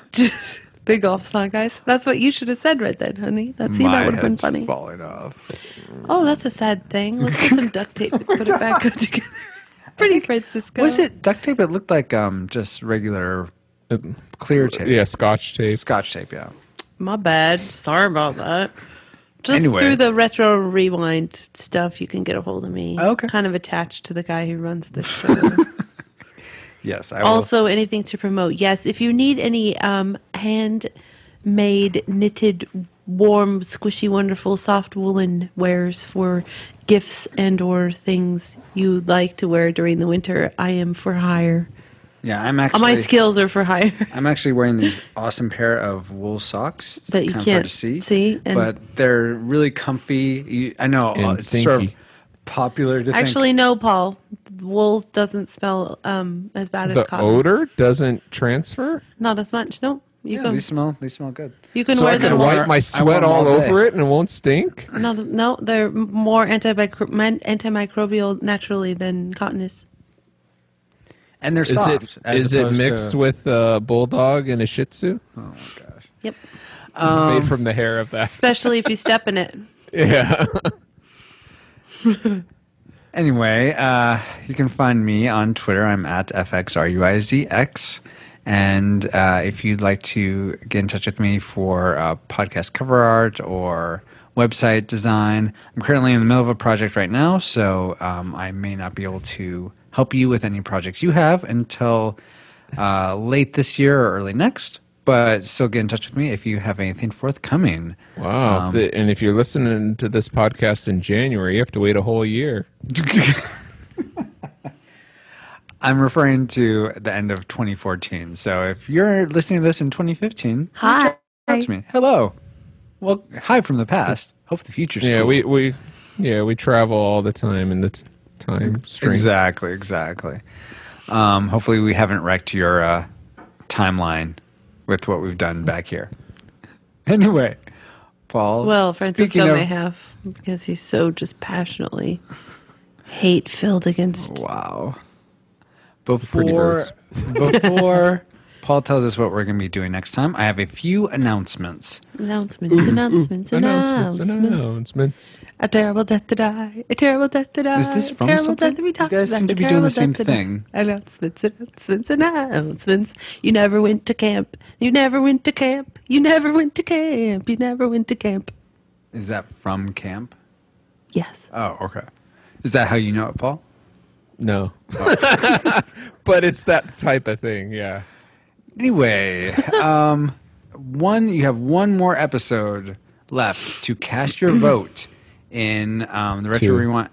[SPEAKER 4] big golf song, guys. That's what you should have said right then, honey. That see,
[SPEAKER 1] My
[SPEAKER 4] that would have been
[SPEAKER 1] head's
[SPEAKER 4] funny.
[SPEAKER 1] Falling off.
[SPEAKER 4] Oh, that's a sad thing. Let's get some duct tape and put it back together. Pretty Francisco.
[SPEAKER 1] Was it duct tape? It looked like um, just regular clear tape.
[SPEAKER 3] Uh, Yeah, scotch tape.
[SPEAKER 1] Scotch tape, yeah.
[SPEAKER 4] My bad. Sorry about that. Just
[SPEAKER 1] Anyway.
[SPEAKER 4] through the retro rewind stuff, you can get a hold of me.
[SPEAKER 1] Okay.
[SPEAKER 4] Kind of attached to the guy who runs this show.
[SPEAKER 1] Yes, I will.
[SPEAKER 4] also, anything to promote. Yes, if you need any um, handmade, knitted, warm, squishy, wonderful, soft woolen wares for gifts and or things you like to wear during the winter, I am for hire.
[SPEAKER 1] yeah, I'm
[SPEAKER 4] All
[SPEAKER 1] actually.
[SPEAKER 4] my skills are for hire.
[SPEAKER 1] I'm actually wearing these awesome pair of wool socks It's
[SPEAKER 4] That you
[SPEAKER 1] kind of hard
[SPEAKER 4] can't
[SPEAKER 1] to see,
[SPEAKER 4] see, and-
[SPEAKER 1] but they're really comfy. You, I know uh,
[SPEAKER 3] And
[SPEAKER 1] it's sort of
[SPEAKER 3] stinky.
[SPEAKER 1] popular to think-
[SPEAKER 4] Actually, no, Paul. Wool doesn't smell um, as bad as
[SPEAKER 3] The
[SPEAKER 4] cotton.
[SPEAKER 3] odor doesn't transfer?
[SPEAKER 4] Not as much. Nope. You
[SPEAKER 1] Yeah,
[SPEAKER 4] can
[SPEAKER 1] they smell. They smell good.
[SPEAKER 4] you can
[SPEAKER 3] So
[SPEAKER 4] wear
[SPEAKER 3] I
[SPEAKER 4] them.
[SPEAKER 3] can
[SPEAKER 1] wear-
[SPEAKER 4] All,
[SPEAKER 3] wipe my sweat
[SPEAKER 1] them all
[SPEAKER 3] all
[SPEAKER 1] day.
[SPEAKER 3] over it and it won't stink?
[SPEAKER 4] no, no, they're m- more antimicro- man- antimicrobial naturally than cotton is.
[SPEAKER 1] And they're
[SPEAKER 3] Is
[SPEAKER 1] soft.
[SPEAKER 3] it
[SPEAKER 1] as
[SPEAKER 3] is it
[SPEAKER 1] opposed
[SPEAKER 3] mixed
[SPEAKER 1] to-
[SPEAKER 3] with a bulldog and a Shih Tzu?
[SPEAKER 4] Yep.
[SPEAKER 3] It's
[SPEAKER 1] Um,
[SPEAKER 3] made from the hair of that.
[SPEAKER 4] Especially if you step in it.
[SPEAKER 3] Yeah.
[SPEAKER 1] Anyway, uh, you can find me on Twitter. I'm at FXRUIZX. And uh, if you'd like to get in touch with me for uh, podcast cover art or website design, I'm currently in the middle of a project right now, so um, I may not be able to help you with any projects you have until uh, late this year or early next. But still get in touch with me if you have anything forthcoming. um,
[SPEAKER 3] Wow. if the- and if you're listening to this podcast in January, you have to wait a whole year.
[SPEAKER 1] I'm referring to the end of 2014. So if you're listening to this in 2015,
[SPEAKER 4] Hi.
[SPEAKER 1] talk to me. Hello. Well, hi from the past. Hope the future's
[SPEAKER 3] Yeah,
[SPEAKER 1] cool.
[SPEAKER 3] we, we yeah, we travel all the time in the t- time stream.
[SPEAKER 1] Mm, exactly, exactly. Um, hopefully, we haven't wrecked your uh, timeline with what we've done back here. Anyway, Paul.
[SPEAKER 4] Well, Francisco
[SPEAKER 1] speaking of-
[SPEAKER 4] may have because he's so just passionately hate filled against.
[SPEAKER 1] Oh, Wow.
[SPEAKER 3] Pretty
[SPEAKER 1] Before
[SPEAKER 3] birds.
[SPEAKER 1] before Paul tells us what we're going to be doing next time, I have a few announcements.
[SPEAKER 4] Announcements, announcements, announcements,
[SPEAKER 3] announcements.
[SPEAKER 4] A terrible death to die. A terrible death to die.
[SPEAKER 1] Is this from
[SPEAKER 4] a terrible
[SPEAKER 1] something?
[SPEAKER 4] Death to be
[SPEAKER 1] You
[SPEAKER 4] talked
[SPEAKER 1] guys
[SPEAKER 4] about,
[SPEAKER 1] seem
[SPEAKER 4] a
[SPEAKER 1] to be doing the
[SPEAKER 4] terrible
[SPEAKER 1] same
[SPEAKER 4] death to die.
[SPEAKER 1] thing.
[SPEAKER 4] Announcements, announcements, announcements. You never went to camp. You never went to camp. You never went to camp. You never went to camp.
[SPEAKER 1] Is that from camp?
[SPEAKER 4] Yes.
[SPEAKER 1] Oh, okay. Is that how you know it, Paul?
[SPEAKER 3] No. but it's that type of thing, yeah.
[SPEAKER 1] Anyway, um, one you have one more episode left to cast your vote in um, the retro
[SPEAKER 3] Two.
[SPEAKER 1] rewind.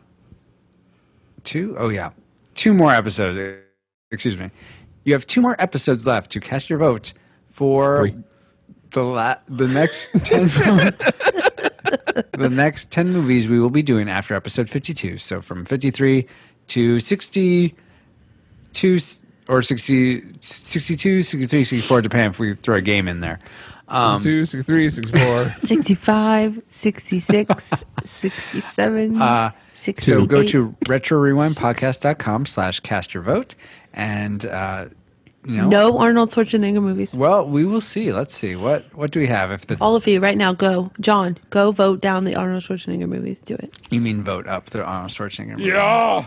[SPEAKER 1] Two? Oh yeah, two more episodes. eh, Excuse me. You have two more episodes left to cast your vote for
[SPEAKER 3] Three.
[SPEAKER 1] the la- the next ten. mo- the next ten movies we will be doing after episode fifty-two. So from fifty-three to sixty two or 60, 62, 63, 64, depending if we throw a game in there. Um,
[SPEAKER 3] Two, six, three, six, four.
[SPEAKER 4] 65, 66, 67.
[SPEAKER 1] Uh, so go
[SPEAKER 4] 68.
[SPEAKER 1] to retrorewindpodcast.com slash cast your vote and, uh, you know,
[SPEAKER 4] No Arnold Schwarzenegger movies.
[SPEAKER 1] well, we will see. Let's see. What, what do we have? If the,
[SPEAKER 4] All of you right now, go. John, go vote down the Arnold Schwarzenegger movies. Do it.
[SPEAKER 1] you mean vote up the Arnold Schwarzenegger. movie.
[SPEAKER 3] yeah.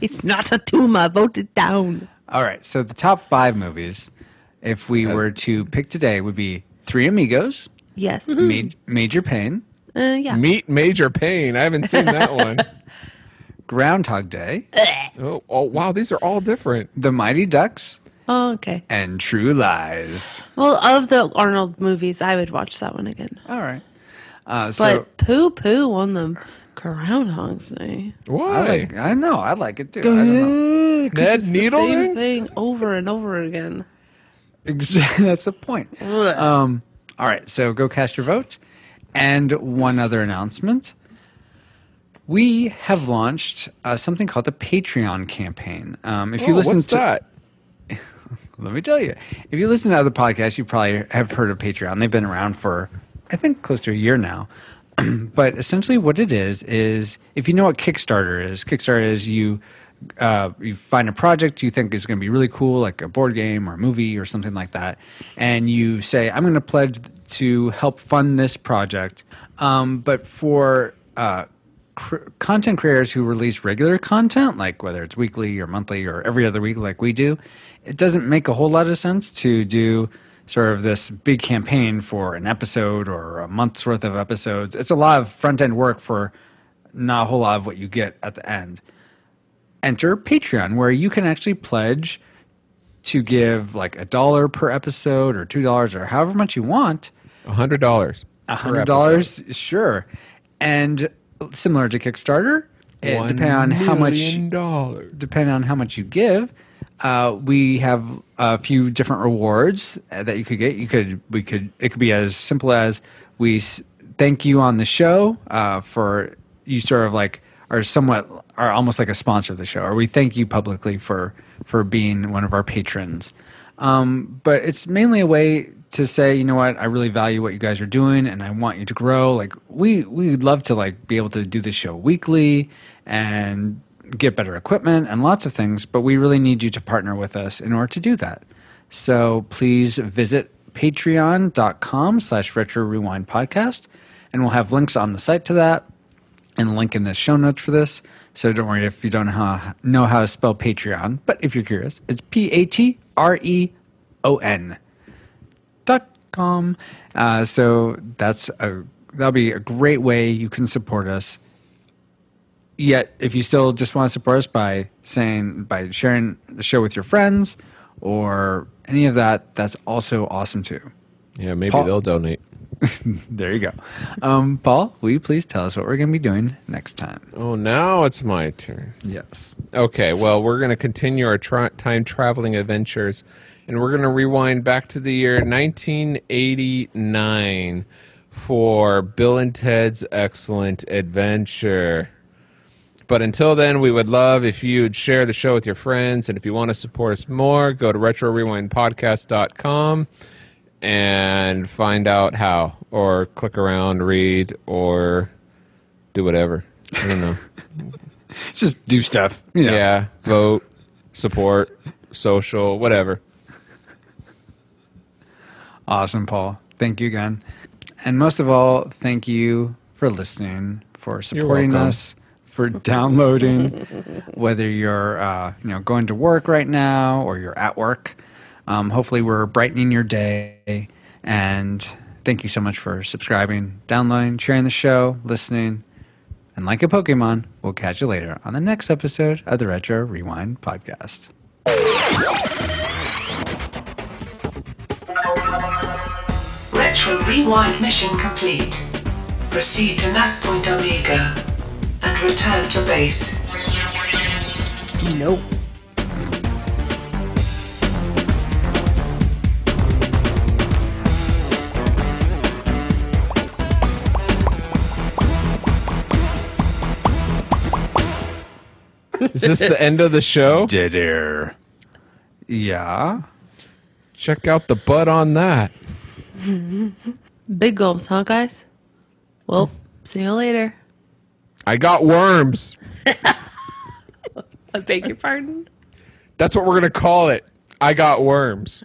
[SPEAKER 4] It's not a tumor. Vote it down.
[SPEAKER 1] All right. So the top five movies, if we were to pick today would be Three Amigos,
[SPEAKER 4] Yes.
[SPEAKER 1] Ma- Major Pain,
[SPEAKER 4] Uh, yeah.
[SPEAKER 3] Meet Major Pain. I haven't seen that one.
[SPEAKER 1] Groundhog Day,
[SPEAKER 3] Oh, oh, wow. These are all different.
[SPEAKER 1] The Mighty Ducks,
[SPEAKER 4] Oh, okay.
[SPEAKER 1] and True Lies.
[SPEAKER 4] Well, of the Arnold movies, I would watch that one again.
[SPEAKER 1] All right. Uh, so
[SPEAKER 4] But poo poo on them groundhogs thing.
[SPEAKER 1] I,
[SPEAKER 3] Why?
[SPEAKER 1] like, I know I like it too. I don't know.
[SPEAKER 3] Ned
[SPEAKER 4] Same
[SPEAKER 3] Needleman?
[SPEAKER 4] thing over and over again.
[SPEAKER 1] Exactly, that's the point.
[SPEAKER 4] Ugh.
[SPEAKER 1] Um, all right, so go cast your vote. And one other announcement: we have launched uh, something called the Patreon campaign. Um, if you
[SPEAKER 3] Oh,
[SPEAKER 1] listen
[SPEAKER 3] what's
[SPEAKER 1] to
[SPEAKER 3] that?
[SPEAKER 1] let me tell you, if you listen to other podcasts, you probably have heard of Patreon. They've been around for, I think, close to a year now. but essentially, what it is is if you know what Kickstarter is, Kickstarter is you uh, you find a project you think is going to be really cool, like a board game or a movie or something like that, and you say, "I'm going to pledge to help fund this project." Um, but for uh, cr- content creators who release regular content, like whether it's weekly or monthly or every other week, like we do, it doesn't make a whole lot of sense to do sort of this big campaign for an episode or a month's worth of episodes. It's a lot of front end work for not a whole lot of what you get at the end. Enter Patreon, where you can actually pledge to give like a dollar per episode or two dollars or however much you want.
[SPEAKER 3] A hundred dollars.
[SPEAKER 1] A hundred dollars, sure. And similar to Kickstarter, it depending on how much,
[SPEAKER 3] dollars.
[SPEAKER 1] depending on how much you give, uh, we have a few different rewards uh, that you could get. You could, we could, it could be as simple as we s- thank you on the show uh, for you sort of like are somewhat are almost like a sponsor of the show, or we thank you publicly for for being one of our patrons. Um, but it's mainly a way to say, you know what, I really value what you guys are doing and I want you to grow. Like we we'd love to like be able to do this show weekly and get better equipment and lots of things, but we really need you to partner with us in order to do that. So please visit patreon.com slash retro rewind podcast and we'll have links on the site to that and link in the show notes for this. So don't worry if you don't know how, know how to spell Patreon, but if you're curious, it's P A T R E O N dot com. Uh, so that's a that'll be a great way you can support us. Yet, if you still just want to support us by saying by sharing the show with your friends or any of that, that's also awesome too.
[SPEAKER 3] Yeah, maybe
[SPEAKER 1] Paul-
[SPEAKER 3] they'll donate.
[SPEAKER 1] There you go. Um, Paul, will you please tell us what we're going to be doing next time?
[SPEAKER 3] Oh, now it's my turn.
[SPEAKER 1] Yes.
[SPEAKER 3] Okay, well, we're going to continue our tra- time traveling adventures, and we're going to rewind back to the year 1989 for Bill and Ted's Excellent Adventure. But until then, we would love if you'd share the show with your friends. And if you want to support us more, go to RetroRewindPodcast.com and find out how, or click around, read, or do whatever. I don't know.
[SPEAKER 1] Just do stuff. you know.
[SPEAKER 3] Yeah, vote, support, social, whatever.
[SPEAKER 1] Awesome, Paul. Thank you again. And most of all, thank you for listening, for supporting
[SPEAKER 3] welcome.
[SPEAKER 1] us, for downloading, whether you're uh, you know going to work right now or you're at work. Um, hopefully, we're brightening your day. And thank you so much for subscribing, downloading, sharing the show, listening. And like a Pokemon, we'll catch you later on the next episode of the Retro Rewind podcast.
[SPEAKER 2] Retro rewind mission complete. Proceed to Nav Point Omega and return to base.
[SPEAKER 4] Nope.
[SPEAKER 3] Is this the end of the show?
[SPEAKER 1] Dead air. Yeah.
[SPEAKER 3] Check out the butt on that.
[SPEAKER 4] Big gulps, huh, guys? Well, see you later.
[SPEAKER 3] I got worms.
[SPEAKER 4] I beg your pardon.
[SPEAKER 3] That's what we're gonna call it. I got worms.